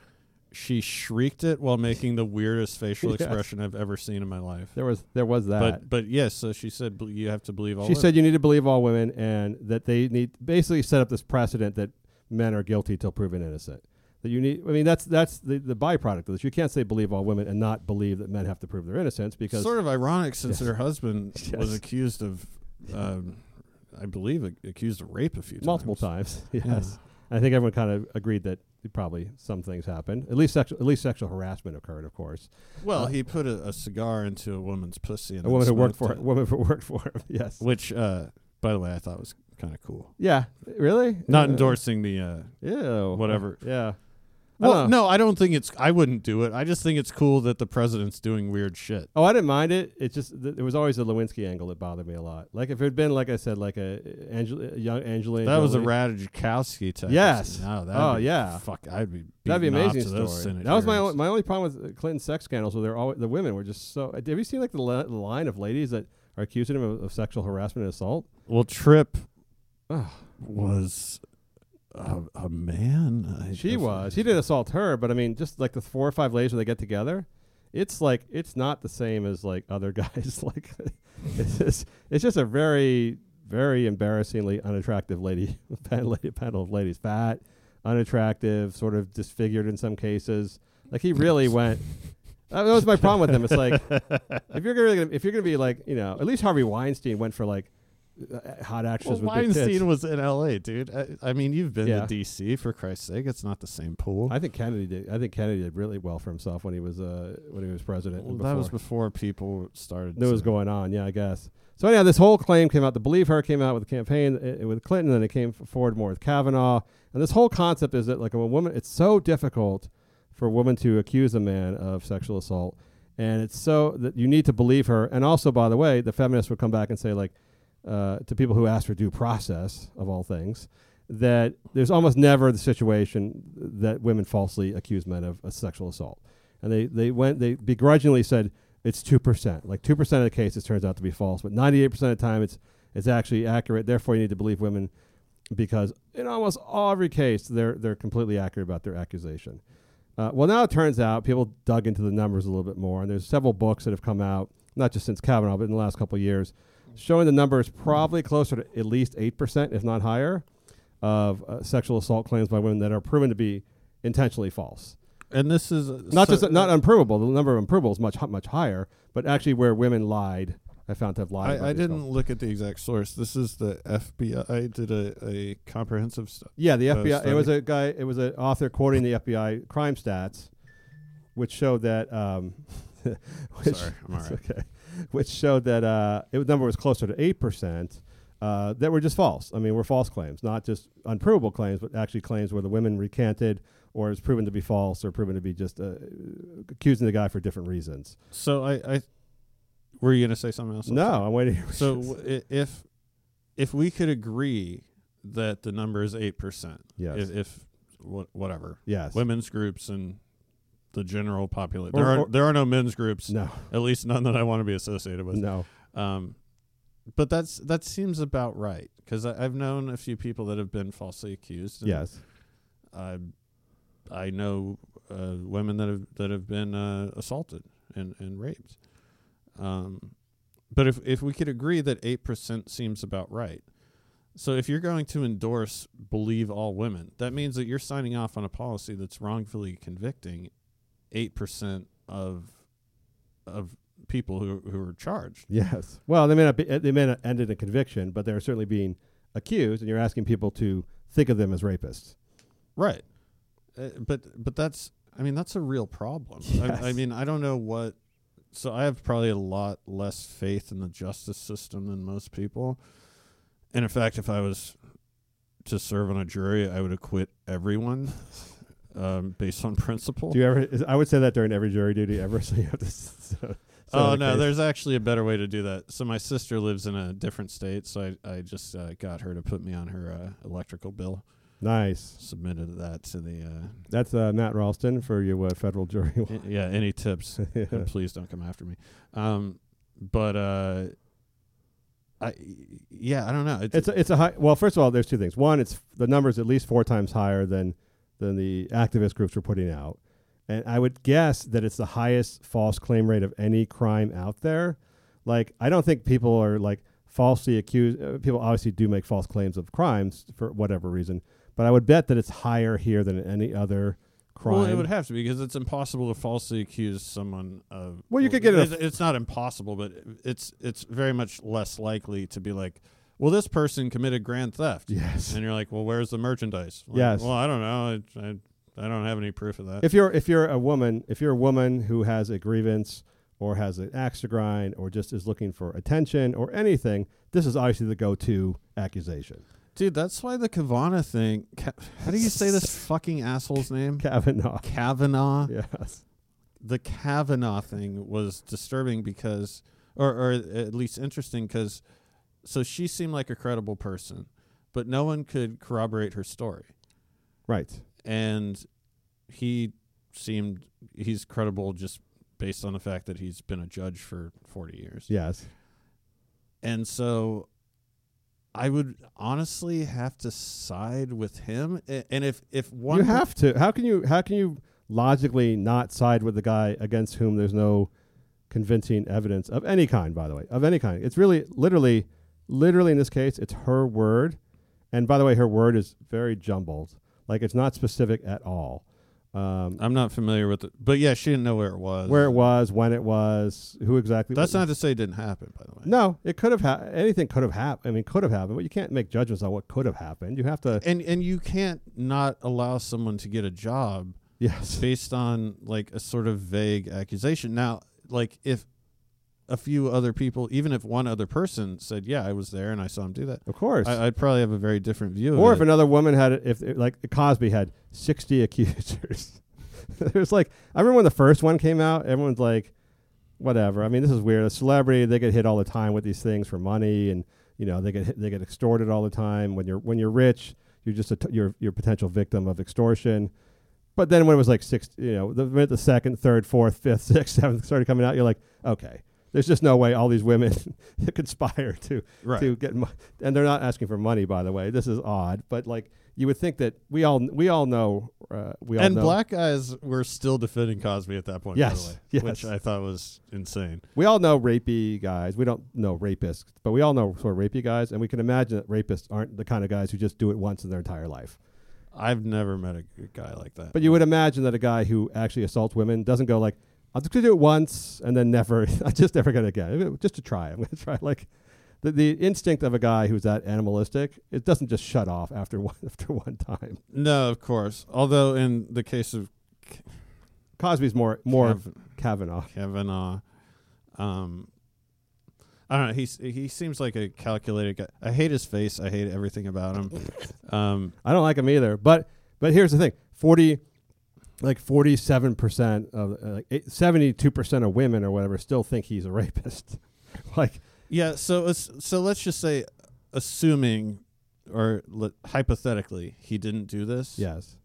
G: she shrieked it while making the weirdest facial
F: Yes.
G: expression I've ever seen in my life.
F: There was there was that.
G: But but yes, so she said "Bel- you have to believe all.
F: she
G: women.
F: said you need to believe all women and that they need basically set up this precedent that men are guilty till proven innocent. That you need I mean that's that's the, the byproduct of this. You can't say believe all women and not believe that men have to prove their innocence because
G: sort of ironic since her husband was
F: Yes.
G: accused of, um, I believe, a- accused of rape a few times.
F: multiple times. Yes. I think everyone kind of agreed that probably some things happened. At least sexual at least sexual harassment occurred, of course.
G: Well, he put a, a cigar into a woman's pussy. And
F: Uh, A
G: then
F: woman who worked
G: smoked
F: for
G: it,
F: a woman who worked for him. Yes.
G: which, uh, by the way, I thought was kind of cool.
F: Yeah. Really?
G: Not
F: Uh,
G: endorsing the. Uh,
F: Ew.
G: Whatever.
F: Yeah. I
G: well,
F: don't know.
G: no, I don't think it's. I wouldn't do it. I just think it's cool that the president's doing weird shit.
F: Oh, I didn't mind it. It just th- it was always the Lewinsky angle that bothered me a lot. Like if it had been like I said, like a uh, Angel- a young Angelina.
G: That was a
F: Jolie,
G: Radajkowski type. of
F: Yes.
G: scene. No, that'd
F: Oh,
G: be-
F: yeah.
G: Fuck, I'd be.
F: That'd be
G: beaten
F: amazing
G: off to those
F: story. That was my
G: senators.
F: only, my only problem with uh, Clinton's sex scandals. Where they're always the women were just so. Have you seen like the, li- the line of ladies that are accusing him of, of sexual harassment and assault?
G: Well, Trip
F: Ugh.
G: was a, a man. I-
F: She
G: I-
F: was. He didn't assault her, but I mean, just like the four or five ladies when they get together, it's like it's not the same as like other guys. like it's just, it's just a very very embarrassingly unattractive lady panel, lady panel of ladies, fat, unattractive, sort of disfigured in some cases. Like he really went. That was my problem with him. It's like if you're gonna if you're gonna be like you know at least Harvey Weinstein went for like uh, hot
G: Well,
F: actresses with big tits.
G: Weinstein was in L.A., dude. I, I mean, you've been
F: Yeah.
G: to D.C. for Christ's sake. It's not the same pool.
F: I think Kennedy did. I think Kennedy did really well for himself when he was uh, when he was president.
G: Well,
F: and
G: that was before
F: before.
G: people started.
F: knew what was
G: to-
F: going on. Yeah, I guess. So anyhow, this whole claim came out. The believe her came out with the campaign uh, with Clinton, then it came f- forward more with Kavanaugh. And this whole concept is that like a woman, it's so difficult for a woman to accuse a man of sexual assault, and it's so that you need to believe her. And also, by the way, the feminists would come back and say like uh, to people who ask for due process of all things that there's almost never the situation that women falsely accuse men of, of sexual assault. And they, they went they begrudgingly said it's two percent. Like two percent of the cases turns out to be false, but ninety eight percent of the time it's it's actually accurate. Therefore you need to believe women because in almost every case they're they're completely accurate about their accusation. Uh, well, now it turns out people dug into the numbers a little bit more, and there's several books that have come out, not just since Kavanaugh, but in the last couple of years, showing the number is probably closer to at least eight percent, if not higher, of uh, sexual assault claims by women that are proven to be intentionally false.
G: And this is
F: Not just not unprovable; the number of unprovable is much much higher, but actually where women lied I found to have lied. about
G: I, I
F: these
G: didn't
F: films.
G: look at the exact source. This is the FBI did a, a comprehensive study.
F: Yeah, the
G: uh,
F: FBI. It was
G: study.
F: a guy. It was an author quoting the FBI crime stats, which showed that. Um, which,
G: Sorry, I'm all
F: it's
G: right.
F: okay. Which showed that uh, it, the number was closer to eight percent. Uh, that were just false. I mean, were false claims, not just unprovable claims, but actually claims where the women recanted or is proven to be false or proven to be just uh, accusing the guy for different reasons.
G: So I, I were you gonna say something else? I'm
F: no,
G: sorry.
F: I'm waiting.
G: So w- i- if if we could agree that the number is eight percent,
F: Yes.
G: If, if wha- whatever,
F: yes,
G: women's groups and the general population.
F: Or-
G: There are
F: or-
G: there are no men's groups.
F: No,
G: At least none that I want to be associated with.
F: no.
G: Um, but that's that seems about right because I've known a few people that have been falsely accused. and
F: Yes,
G: I I know uh, women that have that have been uh, assaulted and and raped. Um, but if if we could agree that eight percent seems about right, so if you're going to endorse believe all women, that means that you're signing off on a policy that's wrongfully convicting eight percent of of people who who are charged.
F: Yes. Well, they may not be, eh, they may not end in a conviction, but they're certainly being accused, and you're asking people to think of them as rapists.
G: Right. Uh, but but that's I mean that's a real problem. I, I
F: Yes.
G: mean I don't know what. So I have probably a lot less faith in the justice system than most people. And in fact, if I was to serve on a jury, I would acquit everyone um, based on principle.
F: Do you ever? Is, I would say that during every jury duty ever. So you have to. s- So, so
G: oh
F: the
G: no,
F: case-
G: there's actually a better way to do that. So my sister lives in a different state, so I I just uh, got her to put me on her uh, electrical bill.
F: nice.
G: Submitted that to the uh,
F: That's uh, Matt Ralston for your uh, federal jury.
G: Y- yeah any tips
F: Yeah.
G: and please don't come after me um but uh i yeah i don't know
F: It's a, it's a high. Well, first of all, there's two things. One, it's the numbers at least four times higher than than the activist groups were putting out, and I would guess that it's the highest false claim rate of any crime out there. Like, I don't think people are like falsely accused. Uh, people obviously do make false claims of crimes for whatever reason, but I would bet that it's higher here than in any other crime.
G: well, it would have to be because it's impossible to falsely accuse someone of.
F: Well, you could get a-
G: It's, it's not impossible, but it's it's very much less likely to be like, well, this person committed grand theft.
F: Yes.
G: And you're like, well, where's the merchandise? Like,
F: Yes.
G: Well, I don't know. I, I I don't have any proof of that.
F: if you're if you're a woman if you're a woman who has a grievance or has an axe to grind or just is looking for attention or anything this is obviously the go-to accusation
G: Dude, that's why the Kavanaugh thing. Ka- how do you say this fucking asshole's name?
F: kavanaugh
G: Kavanaugh.
F: yes
G: the Kavanaugh thing was disturbing because, or, or at least interesting because, so she seemed like a credible person, but no one could corroborate her story.
F: right
G: And he seemed, he's credible just based on the fact that he's been a judge for 40 years.
F: yes
G: And so I would honestly have to side with him. A- And if, if one.
F: you have to how can you how can you logically not side with the guy against whom there's no convincing evidence of any kind by the way of any kind it's really literally literally in this case it's her word and by the way her word is very jumbled like it's not specific at all um,
G: I'm not familiar with it, but yeah, she didn't know where it was.
F: where it was, when it was, who exactly.
G: That's not to say it didn't happen, by the way.
F: No, it could have happened. Anything could have happened. I mean, could have happened, but you can't make judgments on what could have happened. You have to.
G: and and you can't not allow someone to get a job
F: Yes.
G: based on like a sort of vague accusation now like if a few other people even if one other person said yeah i was there and i saw him do that
F: Of course.
G: I, i'd probably have a very different view
F: or
G: of
F: if
G: it
F: another woman had, if like Cosby had sixty accusers. There's like, I remember when the first one came out. Everyone's like, whatever. I mean, this is weird. A celebrity, they get hit all the time with these things for money, and you know, they get hit, they get extorted all the time. When you're when you're rich, you're just a t- you're you're a potential victim of extortion. But then when it was like six, you know, the minute the second, third, fourth, fifth, sixth, seventh started coming out, you're like, okay, there's just no way all these women conspire to
G: Right.
F: to get, mo- and they're not asking for money, by the way. This is odd, but like you would think that we all we all know uh, we all
G: and
F: know,
G: black guys were still defending cosby at that point
F: Yes,
G: by the way,
F: yes.
G: which i thought was insane
F: we all know rapey guys. We don't know rapists, but we all know sort of rapey guys, and we can imagine that rapists aren't the kind of guys who just do it once in their entire life.
G: i've never met a g- guy like that
F: But you would imagine that a guy who actually assaults women doesn't go like, I'm just gonna do it once and then never. I'm just never gonna again. Just to try. I'm gonna try. Like the, the instinct of a guy who's that animalistic, it doesn't just shut off after one after one time.
G: No, of course. Although in the case of
F: Cosby's more more
G: Kav-
F: Kavanaugh.
G: Kavanaugh, uh, um, I don't know. He's he seems like a calculated guy. I hate his face. I hate everything about him. um,
F: I don't like him either. But but here's the thing: forty, like forty-seven percent of uh, like seventy-two percent of women or whatever still think he's a rapist. like
G: Yeah. So as- so let's just say, assuming or le- hypothetically he didn't do this.
F: yes,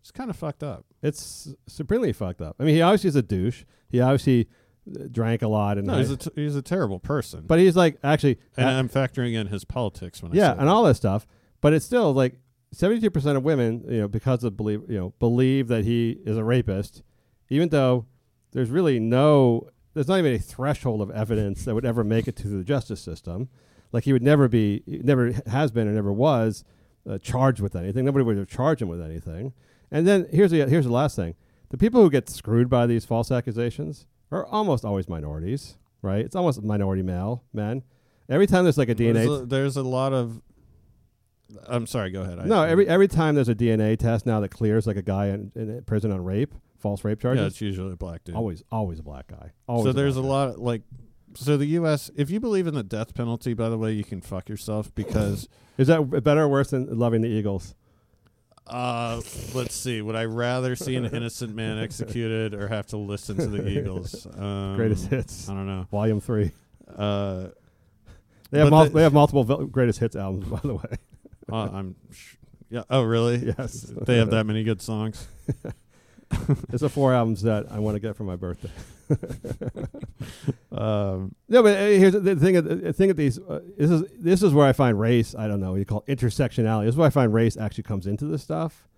G: it's kind of fucked up.
F: it's supremely fucked up. I mean, he obviously is a douche. He obviously uh, drank a lot and
G: No, he's a t- he's a terrible person.
F: but he's like actually
G: and
F: uh,
G: I'm factoring in his politics when I
F: yeah,
G: say
F: and all that stuff. But it's still like seventy-two percent of women, you know, because of believe you know believe that he is a rapist, even though there's really no, there's not even a threshold of evidence that would ever make it to the justice system. Like he would never be, he never has been, or never was uh, charged with anything. Nobody would have charged him with anything. And then here's the here's the last thing: the people who get screwed by these false accusations are almost always minorities, right? It's almost minority male men. Every time there's like a DNA,
G: There's a, there's a lot of. I'm sorry. Go ahead. I-
F: no, every every time there's a DNA test now that clears like a guy in, in prison on rape, false rape
G: yeah,
F: charges.
G: it's usually a black dude.
F: always, always a black guy. Always.
G: So there's a
F: black
G: lot of, like. So the U.S. If you believe in the death penalty, by the way, you can fuck yourself because
F: guy. Is that better or worse than loving the Eagles?
G: Uh, let's see. Would I rather see an innocent man executed or have to listen to the Eagles? Um,
F: Greatest hits.
G: I don't know.
F: Volume three.
G: Uh,
F: They have
G: But
F: mul-
G: the-
F: they have multiple vel- greatest hits albums, by the way.
G: uh, I'm. Sh- yeah. Oh, really?
F: Yes.
G: they have that many good songs.
F: It's the four albums that I want to get for my birthday.
G: Um,
F: No, but uh, here's the- the thing. of- The thing of these. Uh, this is this is where I find race. I don't know. what You call it intersectionality. This is where I find race actually comes into this stuff.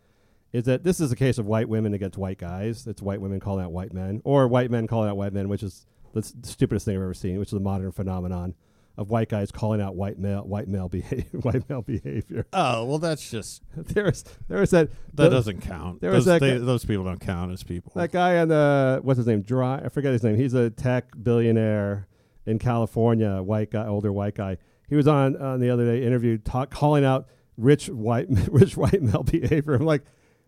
F: Is that this is a case of white women against white guys? It's white women calling out white men, or white men calling out white men, which is the s- stupidest thing I've ever seen. Which is a modern phenomenon of white guys calling out white male, white male behavior, white male behavior.
G: oh well, that's just
F: There's there's that
G: that
F: the-
G: doesn't count.
F: there
G: Those,
F: was that
G: they,
F: guy-
G: those people don't count as people.
F: That guy on the what's his name? Dry, I forget his name. He's a tech billionaire in California. White guy, older white guy. He was on on the other day interviewed, talk, calling out rich white rich white male behavior. I'm like,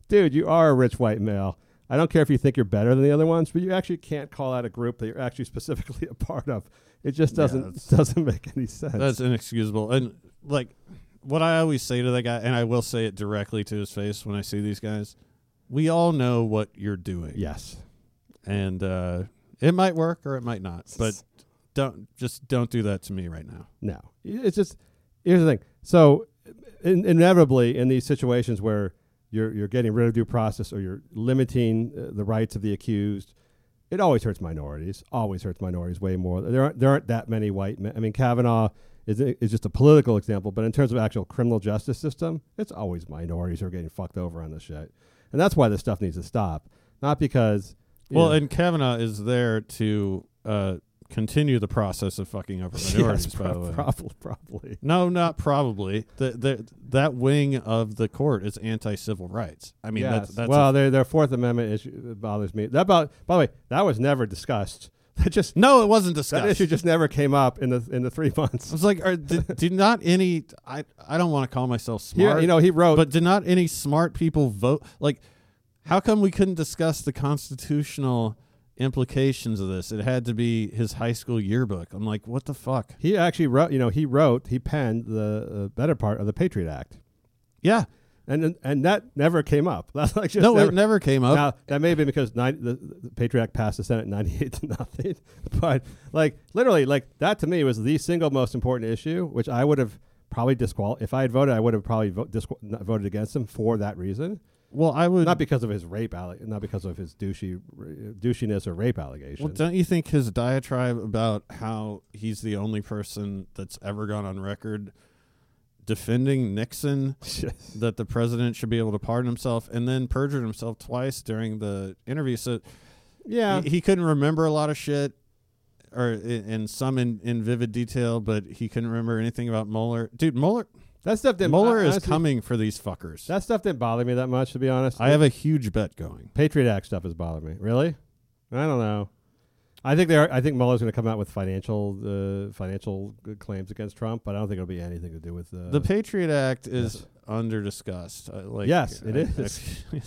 F: dude, you are a rich white male. I don't care if you think you're better than the other ones, but you actually can't call out a group that you're actually specifically a part of. It just doesn't
G: it's-
F: doesn't make any sense.
G: That's inexcusable. And like what I always say to that guy, and I will say it directly to his face when I see these guys. We all know what you're doing.
F: yes.
G: and uh, it might work or it might not. But don't just don't do that to me right now.
F: No, it's just here's the thing. So in, inevitably, in these situations where you're you're getting rid of due process or you're limiting uh, the rights of the accused, it always hurts minorities. Always hurts minorities way more. There aren't there aren't that many white men. I mean, Kavanaugh is is just a political example, but in terms of actual criminal justice system, it's always minorities who are getting fucked over on this shit, and that's why this stuff needs to stop. Not because you
G: Well,
F: know,
G: and Kavanaugh is there to uh, continue the process of fucking over
F: yes,
G: minorities. by the
F: prob-
G: way,
F: prob- probably.
G: no, not probably. The, the, that wing of the court is anti-civil rights. I mean, that's, that's a-
F: well, their their Fourth Amendment issue uh, bothers me. That about by the way, that was never discussed. That just
G: no, it wasn't
F: that
G: discussed.
F: issue just never came up in the in the three
G: I
F: months.
G: was like, are, did, did not any? I I don't want to call myself smart.
F: Here, you know, he wrote.
G: but did not any smart people vote? Like, how come we couldn't discuss the constitutional implications of this? It had to be his high school yearbook. I'm like, what the fuck?
F: he actually wrote. You know, he wrote. He penned the uh, better part of the Patriot Act,
G: Yeah,
F: and and, and that never came up. That's like just
G: no,
F: never,
G: it never came up.
F: Now that may have been because 90, the, the Patriot Act passed the Senate ninety-eight to nothing, but like literally, like that to me was the single most important issue, which I would have probably disqual. If I had voted, I would have probably vote, disqual- not voted against him for that reason,
G: well, I would.
F: not because of his rape, alle- not because of his douchey douchiness or rape allegations.
G: well, don't you think his diatribe about how he's the only person that's ever gone on record defending Nixon that the president should be able to pardon himself and then perjured himself twice during the interview? So
F: yeah,
G: he, he couldn't remember a lot of shit or i- in some in, in vivid detail but he couldn't remember anything about Mueller. Dude, Mueller
F: that stuff didn't.
G: Mueller
F: I-
G: is
F: honestly,
G: coming for these fuckers.
F: That stuff didn't bother me that much, to be honest.
G: I have a huge bet going.
F: Patriot Act stuff has bothered me. Really? I don't know. I think they are. I think Mueller's going to come out with financial uh, financial claims against Trump, but I don't think it'll be anything to do with uh,
G: The Patriot Act is under discussed. Uh, like
F: Yes, it
G: I-
F: is.
G: I-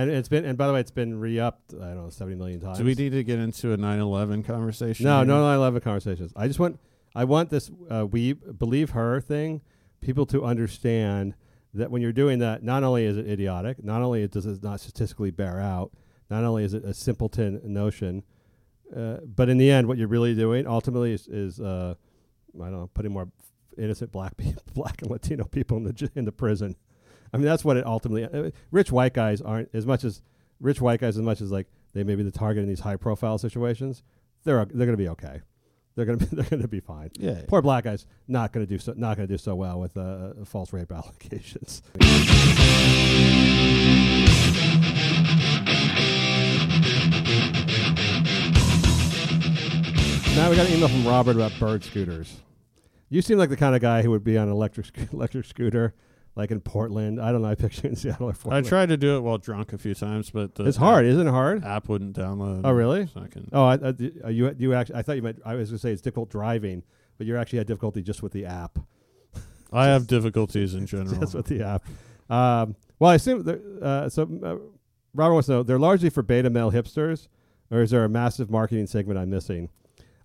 F: And it's been. And by the way, it's been re-upped. I don't know, seventy million times.
G: Do we need to get into a 9/11 conversation?
F: No,
G: here?
F: no, no. I love the conversations. I just want, I want this uh, we believe her thing, people to understand that when you're doing that, not only is it idiotic, not only does it not statistically bear out, not only is it a simpleton notion, uh, but in the end, what you're really doing ultimately is, is uh, I don't know, putting more innocent black people, black and Latino people in the j- in the prison. I mean, that's what it ultimately. uh, Rich white guys aren't as much as rich white guys as much as like they may be the target in these high profile situations. They're o- they're gonna be okay. They're gonna be, they're gonna be fine.
G: Yeah.
F: Poor black guys not gonna do so not gonna do so well with uh, false rape allegations. Now we got an email from Robert about bird scooters. You seem like the kind of guy who would be on an electric sc- electric scooter, like in Portland. I don't know. I picture you in Seattle or
G: I
F: Portland.
G: tried to do it while drunk a few times, but the
F: It's hard,
G: App,
F: isn't it hard?
G: app wouldn't download.
F: Oh, really?
G: So I can-
F: Oh, I, I, are you you actually? I thought you meant. I was gonna say it's difficult driving, but you actually had difficulty just with the app.
G: I have difficulties in general.
F: That's what the app. Um, well, I assume that, uh, so. Uh, Robert wants to know: They're largely for beta male hipsters, or is there a massive marketing segment I'm missing?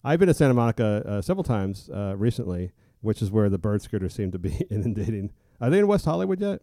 F: I've been to Santa Monica uh, several times uh, recently, which is where the bird scooters seem to be inundating. Are they in West Hollywood yet?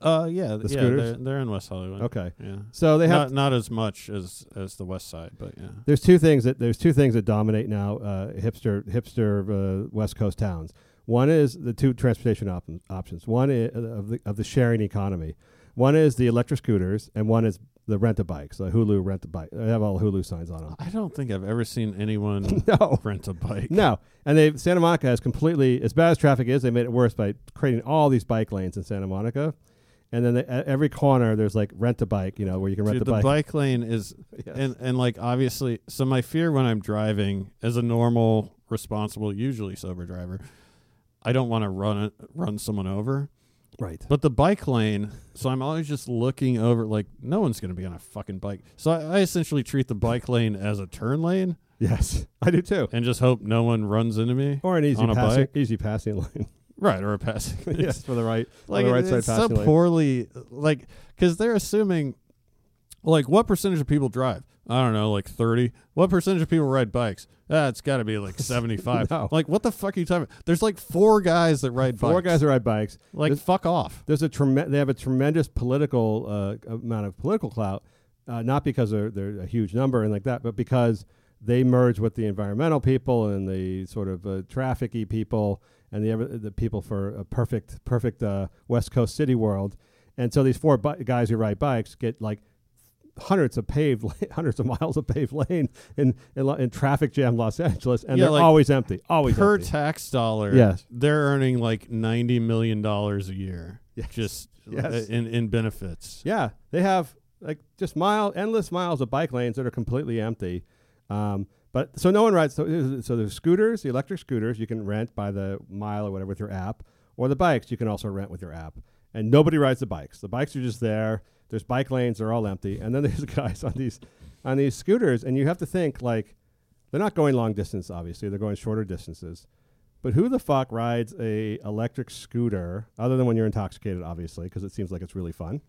G: Uh, yeah, yeah,
F: The scooters?
G: They're, they're in West Hollywood.
F: Okay,
G: Yeah.
F: so they
G: Not
F: have
G: not as much as as the West Side, but yeah.
F: there's two things that there's two things that dominate now uh, hipster hipster uh, West Coast towns. One is the two transportation op- options. One is of the of the sharing economy. One is the electric scooters, and one is the rent a bikes. The Hulu rent a bike. They have all Hulu signs on them.
G: I don't think I've ever seen anyone
F: No,
G: rent a bike.
F: no. And they Santa Monica has completely as bad as traffic is. They made it worse by creating all these bike lanes in Santa Monica, and then they, at every corner there's like rent a bike. You know where you can rent
G: Dude,
F: a
G: the
F: bike.
G: bike lane is
F: Yes.
G: and and like obviously so my fear when I'm driving as a normal responsible usually sober driver I don't want to run it, run someone over
F: Right.
G: but the bike lane so I'm always just looking over like no one's going to be on a fucking bike so I, I essentially treat the bike lane as a turn lane
F: Yes, I do too.
G: and just hope no one runs into me
F: Or an easy
G: on a
F: passing,
G: bike
F: easy passing lane.
G: right or a passing
F: yes, for the right,
G: like
F: on the
G: it-
F: right side
G: it's so
F: passing lane.
G: poorly like because they're assuming like what percentage of people drive i don't know like 30 what percentage of people ride bikes ah, it's got to be like 75
F: No.
G: like what the fuck are you talking about there's like four guys that ride bikes
F: Four guys that ride bikes.
G: like
F: there's,
G: fuck off
F: there's a trem- they have a tremendous political uh, amount of political clout, uh, not because they're they're a huge number and like that, but because they merge with the environmental people and the sort of uh, trafficy people and the ever- the people for a perfect perfect uh, West Coast city world, and so these four bi- guys who ride bikes get like hundreds of paved la- hundreds of miles of paved lane in in, lo- in traffic jam Los Angeles, and
G: Yeah,
F: they're
G: like,
F: always empty, always
G: per
F: empty.
G: tax dollar
F: Yes.
G: they're earning like 90 million dollars a year
F: Yes.
G: just
F: Yes.
G: in, in benefits
F: Yeah, they have like just mile, endless miles of bike lanes that are completely empty. Um, but so no one rides. So, so there's scooters, the electric scooters you can rent by the mile or whatever with your app, or the bikes you can also rent with your app. And nobody rides the bikes. The bikes are just there. There's bike lanes. They're all empty. And then there's guys on these on these scooters, and you have to think like they're not going long distance. Obviously, they're going shorter distances. But who the fuck rides a electric scooter other than when you're intoxicated, obviously, because it seems like it's really fun.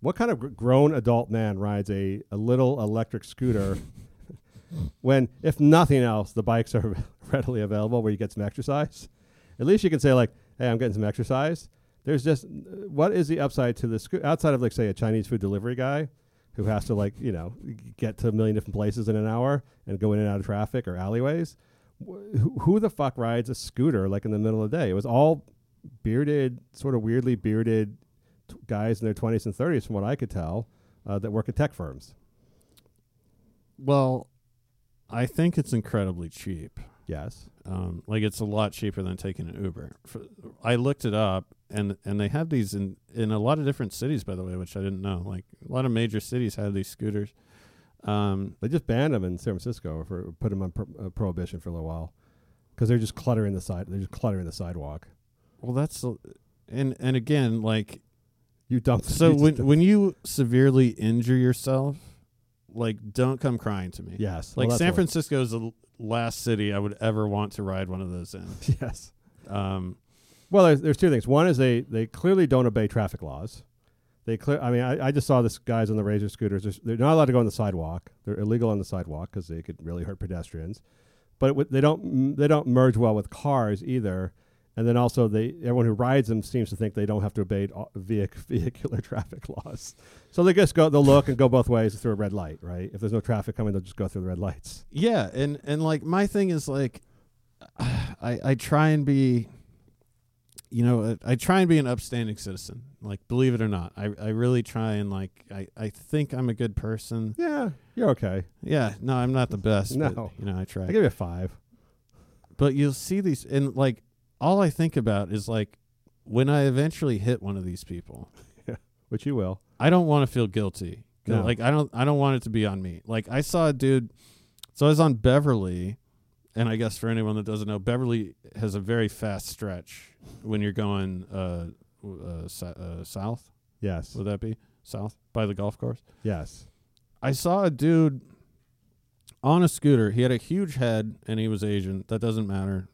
F: What kind of gr- grown adult man rides a, a little electric scooter when, if nothing else, the bikes are readily available where you get some exercise? At least you can say, like, hey, I'm getting some exercise. There's just, uh, what is the upside to the scooter? Outside of, like, say, a Chinese food delivery guy who has to, like, you know, get to a million different places in an hour and go in and out of traffic or alleyways. Wh- Who, who the fuck rides a scooter, like, in the middle of the day? It was all bearded, sort of weirdly bearded t- guys in their 20s and 30s, from what I could tell, uh, that work at tech firms.
G: well i think it's incredibly cheap
F: Yes.
G: um, like it's a lot cheaper than taking an Uber. For, I looked it up, and and they have these in in a lot of different cities, by the way, which I didn't know. Like a lot of major cities have these scooters. Um,
F: They just banned them in San Francisco for put them on pro- uh, prohibition for a little while because they're just cluttering the side. They're just cluttering the sidewalk.
G: well, that's a- and and again, like
F: You dump.
G: so
F: you
G: when
F: just-
G: when you severely injure yourself, like don't come crying to me.
F: Yes.
G: Like
F: Well, that's
G: San
F: one.
G: Francisco is the l- last city I would ever want to ride one of those in.
F: Yes.
G: Um,
F: Well, there's, there's two things. One is they, they clearly don't obey traffic laws. They clear. I mean, I, I just saw this guys on the razor scooters. They're, they're not allowed to go on the sidewalk. They're illegal on the sidewalk because they could really hurt pedestrians. But it, would- they don't they don't merge well with cars either. And then also they everyone who rides them seems to think they don't have to obey all vehic, vehicular traffic laws. So they just go. They'll look and go both ways through a red light. Right. If there's no traffic coming, they'll just go through the red lights.
G: yeah, and and like my thing is like, I I try and be, you know, uh, I, I try and be an upstanding citizen. Like believe it or not, I I really try and like I I think I'm a good person.
F: Yeah, you're okay.
G: Yeah, no, I'm not the best.
F: No.
G: but, you know, I try.
F: I give you a five.
G: but you'll see these and like all i think about is like when i eventually hit one of these people
F: Which you will.
G: i don't want to feel guilty 'Cause,
F: No.
G: like i don't i don't want it to be on me like i saw a dude so i was on beverly and i guess for anyone that doesn't know beverly has a very fast stretch when you're going uh, w- uh, so- uh south
F: Yes.
G: would that be south by the golf course
F: Yes.
G: I saw a dude on a scooter. He had a huge head and he was Asian. That doesn't matter.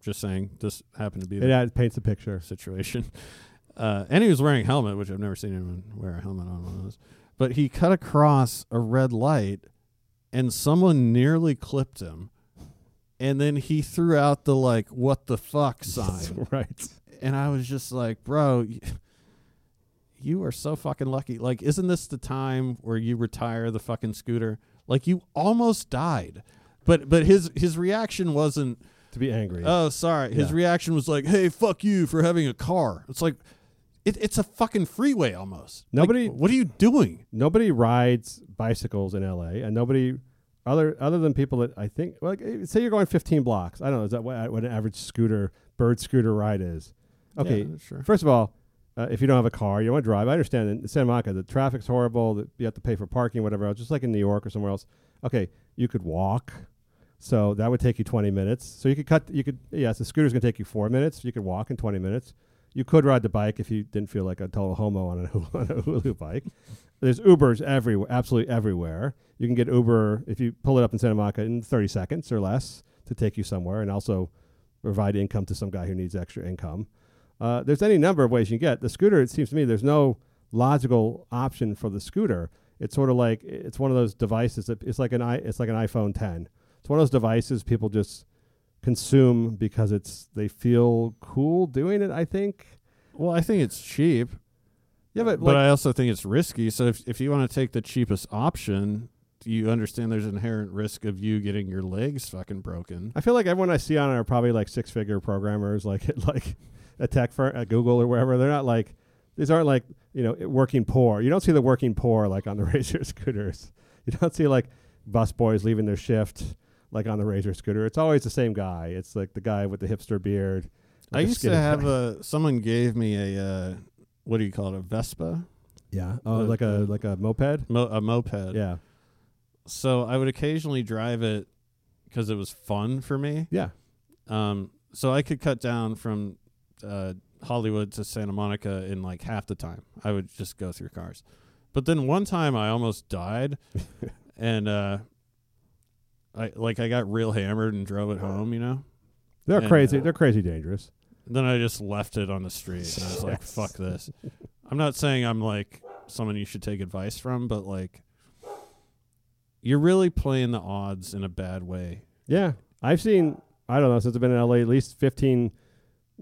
G: Just saying. This happened to be
F: It
G: the
F: adds, paints a picture.
G: situation. Uh, and he was wearing a helmet, which I've never seen anyone wear a helmet on one of those. But he cut across a red light and someone nearly clipped him. And then he threw out the like, what the fuck sign
F: right.
G: and I was just like, bro, y- you are so fucking lucky. Like, isn't this the time where you retire the fucking scooter? Like, you almost died, but but his his reaction wasn't,
F: To be angry.
G: oh, sorry. His
F: Yeah.
G: reaction was like, hey, fuck you for having a car. It's like, it, it's a fucking freeway almost. Like,
F: Nobody-
G: what are you doing?
F: nobody rides bicycles in LA, and nobody other other than people that I think. Like, eh, say you're going 15 blocks. I don't know. Is that what, what an average scooter bird scooter ride is? Okay.
G: Yeah, sure.
F: First of all, uh, if you don't have a car, you want to drive. I understand in Santa Monica the traffic's horrible. That you have to pay for parking, whatever else. Just like in New York or somewhere else. Okay, you could walk. So that would take you 20 minutes. So you could cut. You could yes, the scooter's gonna take you four minutes. You could walk in 20 minutes. You could ride the bike if you didn't feel like a total homo on a Hulu, on a Hulu bike. There's Ubers everywhere, absolutely everywhere. You can get Uber if you pull it up in Santa Monica in 30 seconds or less to take you somewhere, and also provide income to some guy who needs extra income. Uh, there's any number of ways you can get the scooter. It seems to me there's no logical option for the scooter. It's sort of like it's one of those devices that it's like an i it's like an iPhone 10. It's one of those devices people just consume because it's they feel cool doing it. I think.
G: Well, I think it's cheap,
F: Yeah, but,
G: but
F: like,
G: I also think it's risky. So if if you want to take the cheapest option. You understand there's inherent risk of you getting your legs fucking broken.
F: I feel like everyone I see on it are probably like six figure programmers, like at like a tech firm at Google or wherever. They're not like these aren't like you know working poor. You don't see the working poor like on the razor scooters. You don't see like bus boys leaving their shift like on the razor scooter. It's always the same guy. It's like the guy with the hipster beard. with
G: I
F: the
G: used to
F: skinny
G: have
F: guy.
G: a. Someone gave me a. Uh, what do you call it? A Vespa,
F: yeah,
G: a-
F: oh, like a like a moped.
G: Mo- a moped.
F: Yeah,
G: So I would occasionally drive it because it was fun for me.
F: yeah,
G: Um, so I could cut down from uh, Hollywood to Santa Monica in like half the time. I would just go through cars. But then one time I almost died, and uh, I like I got real hammered and drove it home. You know.
F: they're
G: And,
F: crazy.
G: uh,
F: they're crazy dangerous.
G: Then I just left it on the street. And I was like,
F: Yes.
G: fuck this. I'm not saying I'm like someone you should take advice from, but like, you're really playing the odds in a bad way.
F: Yeah, I've seen. I don't know since I've been in LA, at least fifteen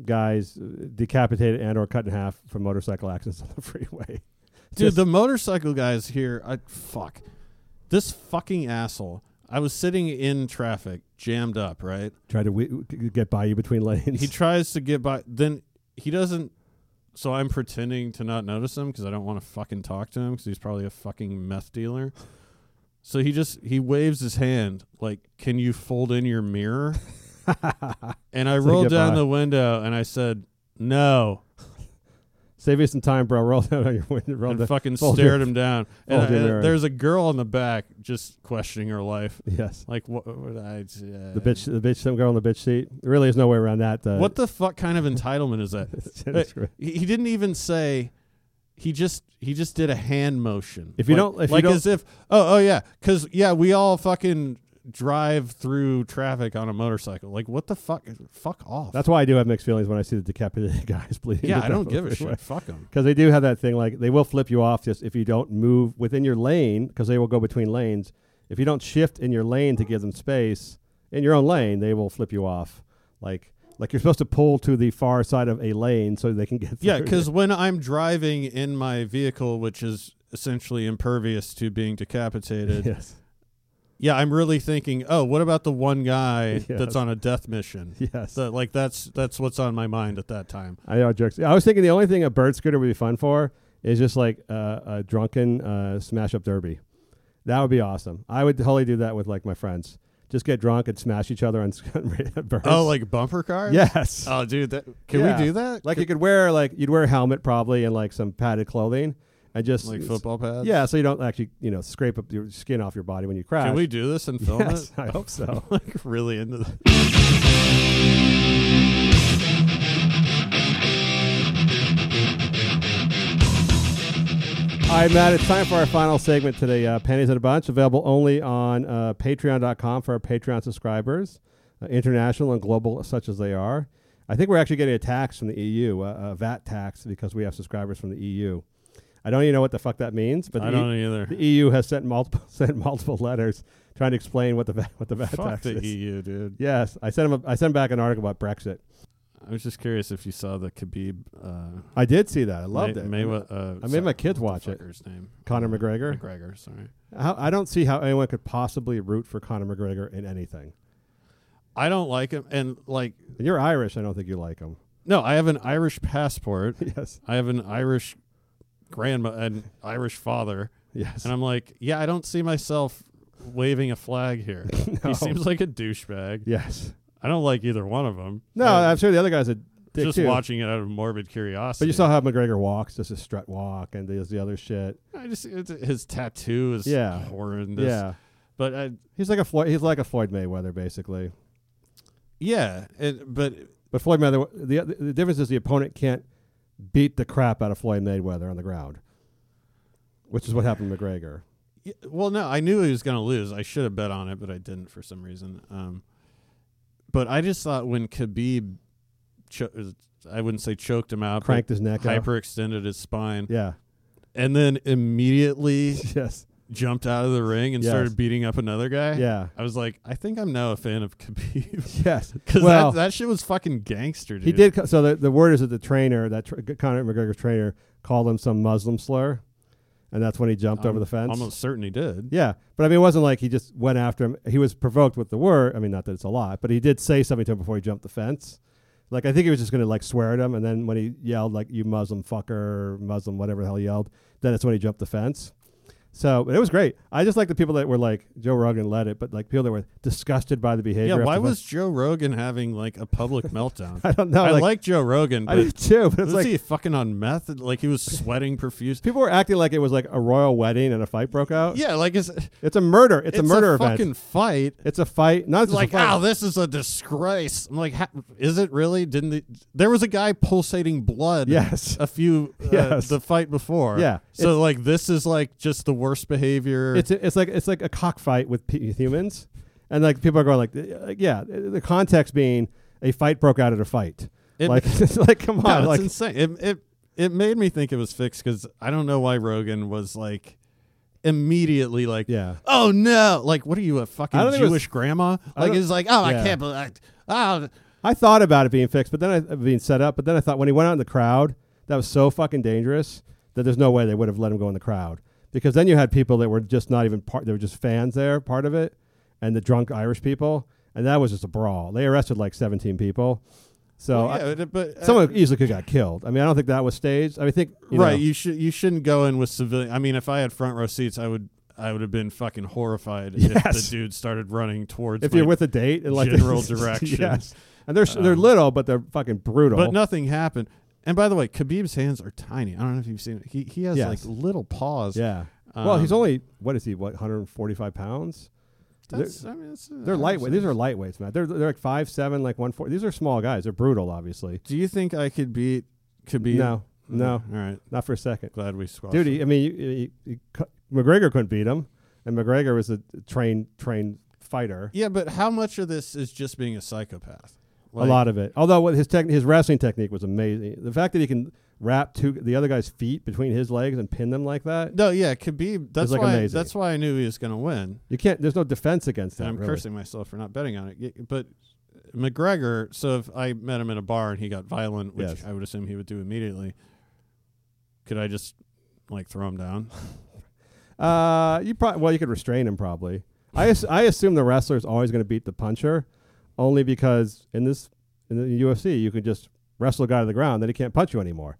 F: guys uh, decapitated and or cut in half from motorcycle accidents on the freeway.
G: Dude,
F: Just-
G: the motorcycle guys here, I fuck. This fucking asshole. I was sitting in traffic, jammed up, right?
F: tried to w- get by you between lanes.
G: He tries to get by. Then he doesn't. So I'm pretending to not notice him because I don't want to fucking talk to him because he's probably a fucking meth dealer. So he just he waves his hand like, "Can you fold in your mirror?" and I rolled
F: get
G: down
F: by.
G: the window and I said, "No,"
F: Save you some time, bro. Roll down on your window. Roll
G: and
F: down.
G: fucking
F: fold
G: stared
F: your-
G: him down. And,
F: fold your
G: I- and
F: mirror.
G: there's a girl in the back just questioning her life,
F: Yes,
G: like, "What would I?" Uh,
F: the bitch, the bitch, some girl on the bitch seat. There really is no way around that. Uh,
G: What the fuck kind of entitlement is that?
F: That's
G: Uh, he he didn't even say. He just he just did a hand motion.
F: If you
G: Like-
F: don't- if you
G: like
F: don't-
G: as if oh oh yeah, because yeah, we all fucking drive through traffic on a motorcycle. Like what the fuck? Fuck off.
F: That's why I do have mixed feelings when I see the decapitated guys bleeding.
G: yeah.
F: to
G: I
F: death
G: don't
F: on the
G: give a
F: freeway.
G: shit. Fuck them.
F: because they do have that thing like they will flip you off just if you don't move within your lane because they will go between lanes if you don't shift in your lane to give them space in your own lane they will flip you off like like you're supposed to pull to the far side of a lane so they can get
G: Yeah,
F: through.
G: because when I'm driving in my vehicle, which is essentially impervious to being decapitated, yeah,
F: yes
G: I'm really thinking, oh, what about the one guy
F: Yes.
G: that's on a death mission?
F: yes
G: So, like that's that's what's on my mind at that time.
F: I know jerks I was thinking the only thing a bird scooter would be fun for is just like uh, a drunken uh, smash up derby that would be awesome I would totally do that with like my friends just get drunk and smash each other on birds
G: Oh, like bumper cars?
F: yes
G: Oh, dude, that can
F: Yeah.
G: we do that?
F: Like you could wear like you'd wear a helmet probably and like some padded clothing and just
G: like football pads?
F: Yeah, so you don't actually you know scrape up your skin off your body when you crash.
G: Can we do this and film
F: Yes,
G: it?
F: I hope so.
G: like really into that.
F: All right, Matt. It's time for our final segment today. Uh, Pennies at a bunch available only on uh, Patreon.com for our Patreon subscribers, uh, international and global such as they are. I think we're actually getting a tax from the EU, uh, a VAT tax, because we have subscribers from the EU. I don't even know what the fuck that means, but
G: I
F: the E-
G: don't either.
F: The EU has sent multiple sent multiple letters trying to explain what the va- what the VAT
G: Fuck
F: tax
G: the E
F: is.
G: EU, dude.
F: Yes, I sent him. A, I sent back an article about Brexit.
G: I was just curious if you saw the Khabib. Uh,
F: I did see that. I loved
G: May-
F: it.
G: Maywe- uh,
F: I made
G: sorry,
F: my kids
G: what the
F: watch it.
G: fucker's name
F: Conor
G: Uh,
F: McGregor?
G: McGregor, sorry.
F: How, I don't see how anyone could possibly root for Conor McGregor in anything.
G: I don't like him, and like
F: And you're Irish. I don't think you like him.
G: no, I have an Irish passport.
F: Yes.
G: I have an Irish grandma, an Irish father,
F: Yes.
G: and I'm like, yeah, I don't see myself waving a flag here.
F: No.
G: He seems like a douchebag.
F: yes.
G: I don't like either one of them.
F: No, I'm sure the other guy's a dick
G: just
F: too.
G: watching it out of morbid curiosity.
F: But you saw how McGregor walks, just a strut walk, and does the other shit.
G: I just it's, his tattoo is
F: Yeah.
G: horrendous.
F: Yeah.
G: but I,
F: He's like a Floyd. He's like a Floyd Mayweather, basically.
G: yeah, it, but
F: But Floyd Mayweather, the the difference is the opponent can't beat the crap out of Floyd Mayweather on the ground, which is what happened to McGregor.
G: Yeah, well, no, I knew he was going to lose. I should have bet on it, but I didn't for some reason. Um, but I just thought when Khabib, cho- I wouldn't say choked him out, but
F: Cranked his neck out.
G: hyperextended his spine,
F: Yeah.
G: and then immediately
F: Yes.
G: jumped out of the ring and
F: Yes.
G: started beating up another guy.
F: Yeah.
G: I was like, I think I'm now a fan of Khabib
F: Yes.
G: because
F: well,
G: that, that shit was fucking gangster. Dude.
F: he did. co- So the, the word is that the trainer, that tr- Conor McGregor's trainer, called him some Muslim slur, and that's when he jumped over
G: I'm
F: the fence.
G: Um, Almost certain he did.
F: Yeah, but I mean, it wasn't like he just went after him. He was provoked with the word. I mean, not that it's a lot, but he did say something to him before he jumped the fence. Like I think he was just gonna like swear at him, and then when he yelled like "you Muslim fucker," Muslim whatever the hell he yelled, then it's when he jumped the fence. So but it was great. I just like the people that were like Joe Rogan led it, but like people that were disgusted by the behavior.
G: Yeah,
F: after
G: why
F: the-
G: was Joe Rogan having like a public meltdown?
F: I don't know,
G: I
F: like-
G: like, Joe Rogan,
F: I
G: but
F: did too? But it's
G: was
F: like
G: he fucking on meth? Like he was sweating profuse.
F: people were acting like it was like a royal wedding and a fight broke out.
G: Yeah, like it's it's,
F: it's a murder. It's, a murder event.
G: fucking fight.
F: it's a fight. Not just a
G: like,
F: fight.
G: oh, this is a disgrace. I'm like, ha- is it really? Didn't the, there was a guy pulsating blood?
F: Yes.
G: a few uh,
F: Yes.
G: the fight before.
F: Yeah.
G: so like this is like just the worst behavior.
F: it's it's like it's like a cockfight with p- with humans, and like people are going like, uh, like, yeah, the context being a fight broke out at a fight.
G: It-
F: like it's like come
G: No,
F: on,
G: it's
F: like
G: insane. It it it made me think it was fixed because I don't know why Rogan was like immediately like
F: Yeah.
G: oh no like what are you a
F: I
G: fucking
F: don't think it was-
G: Jewish grandma
F: I
G: like
F: don't-
G: it's like oh
F: Yeah.
G: I can't believe oh
F: I thought about it being fixed, but then I uh, being set up, but then I thought when he went out in the crowd, that was so fucking dangerous that there's no way they would have let him go in the crowd because then you had people that were just not even part, they were just fans there, part of it, and the drunk Irish people, and that was just a brawl. They arrested like 17 people, so.
G: Well,
F: I-
G: yeah, but- but uh,
F: Someone easily could have got killed. I mean, I don't think that was staged. I mean, I think you
G: right?
F: know-
G: You should you shouldn't go in with civilian. I mean, if I had front row seats, I would I would have been fucking horrified if
F: Yes.
G: the dude started running towards.
F: if you're
G: my-
F: with a date and like
G: general directions. Um,
F: yes. And they're s they're little, but they're fucking brutal.
G: but nothing happened. And by the way, Khabib's hands are tiny. I don't know if you've seen it. He he has
F: Yes.
G: like little paws.
F: yeah. well, he's
G: Um,
F: only what is he? What 145 pounds?
G: That's, I mean, uh, that's,
F: They're lightweight. These are lightweights, man. They're they're like five seven, like one four. These are small guys. They're brutal, obviously.
G: Do you think I could beat Khabib?
F: No, No,
G: All right.
F: not for a second.
G: Glad we squashed
F: Dude,
G: it.
F: he- I mean, you, you, you, cou- McGregor couldn't beat him, and McGregor was a trained trained fighter.
G: Yeah, but how much of this is just being a psychopath?
F: a lot of it. Although what his tech, his wrestling technique was amazing. The fact that he can wrap two the other guy's feet between his legs and pin them like that,
G: No, yeah, Khabib. That's
F: like,
G: why.
F: amazing.
G: That's why I knew he was going to win.
F: you can't. There's no defense against that.
G: and I'm
F: really.
G: cursing myself for not betting on it. Y- But McGregor. So if I met him in a bar and he got violent, which
F: Yes.
G: I would assume he would do immediately, could I just like throw him down?
F: Uh, you probably well, you could restrain him probably. I ass- I assume the wrestler is always going to beat the puncher, only because in this in the UFC you can just wrestle a guy to the ground, then he can't punch you anymore.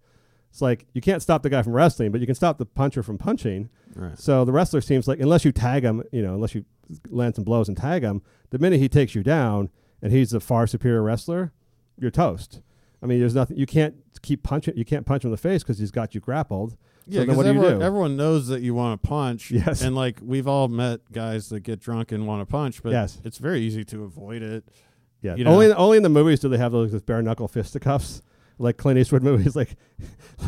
F: It's like you can't stop the guy from wrestling, but you can stop the puncher from punching.
G: Right.
F: So the wrestler seems like unless you tag him, you know, unless you land some blows and tag him, the minute he takes you down and he's a far superior wrestler, you're toast. I mean, there's nothing you can't keep punching. You can't punch him in the face because he's got you grappled.
G: Yeah,
F: so then
G: because
F: what do you
G: everyone,
F: do?
G: everyone knows that you want to punch.
F: Yes.
G: And like we've all met guys that get drunk and want to punch, but
F: Yes.
G: it's very easy to avoid it.
F: Yeah.
G: You
F: Only
G: know?
F: only in the movies do they have those with bare knuckle fisticuffs, like Clint Eastwood movies, like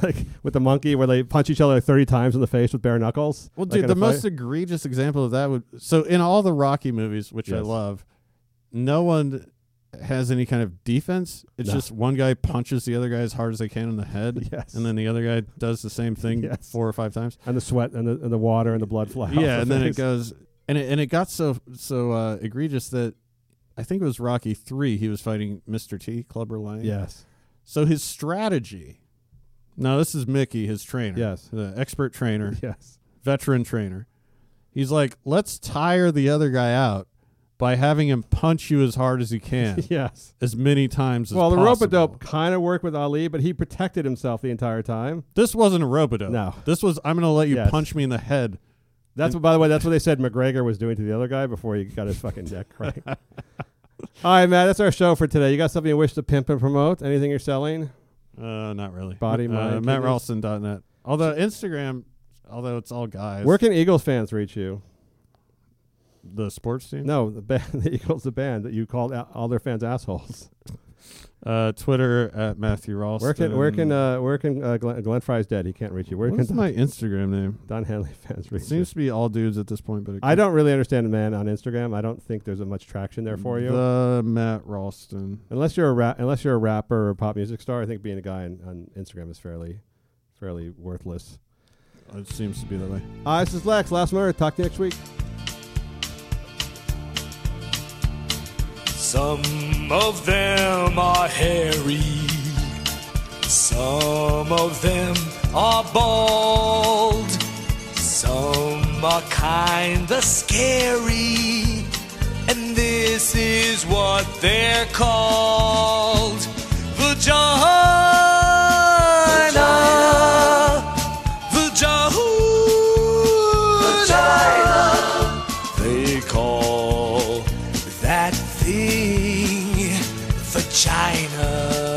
F: like with the monkey where they punch each other like thirty times in the face with bare knuckles.
G: Well,
F: like
G: dude,
F: in
G: the
F: a
G: most
F: fight.
G: egregious example of that would so in all the Rocky movies, which I
F: Yes.
G: love, no one has any kind of defense. It's
F: No.
G: just one guy punches the other guy as hard as they can in the head,
F: Yes.
G: and then the other guy does the same thing
F: Yes.
G: four or five times.
F: and the sweat and the, and the water and the blood fly.
G: yeah, and
F: off the
G: then it
F: face.
G: goes, and it and it got so so uh, egregious that I think it was Rocky three. He was fighting Mr. T, Clubber Lang.
F: Yes.
G: So his strategy. Now this is Mickey, his trainer.
F: Yes.
G: the expert trainer
F: Yes.
G: veteran trainer. He's like, let's tire the other guy out by having him punch you as hard as he can,
F: Yes.
G: as many times as
F: Well, the rope a
G: possible.
F: dope kind of worked with Ali, but he protected himself the entire time.
G: This wasn't a rope dope.
F: No.
G: this was I'm gonna let you
F: Yes.
G: punch me in the head.
F: That's what, by the way, that's what they said McGregor was doing to the other guy before he got his fucking neck cracked. All right, Matt, that's our show for today. You got something you wish to pimp and promote? Anything you're selling?
G: Uh, not really.
F: Body,
G: uh,
F: mind,
G: MattRalston.net. Although Instagram, although it's all guys.
F: Where can Eagles fans reach you?
G: the sports team?
F: No, the band, the Eagles, the band that you called out all their fans assholes.
G: Uh, Twitter at Matthew Ralston.
F: Where can where can uh, where can uh, Glenn, Glenn Fry's dead? He can't reach you. Where
G: What's
F: can
G: my Instagram name?
F: Don Henley fans
G: It
F: reach you?
G: seems to be all dudes at this point, but it
F: I don't really understand man on Instagram. I don't think there's a much traction there for you.
G: The Matt Ralston.
F: unless you're a rap, unless you're a rapper or a pop music star, I think being a guy on, on Instagram is fairly fairly worthless.
G: It seems to be that way.
F: Uh, this is Lex. Last murder. Talk to you next week.
I: Some of them are hairy. Some of them are bald. Some are kinda scary. And this is what they're called Vagina. Vagina. They call that thing vagina.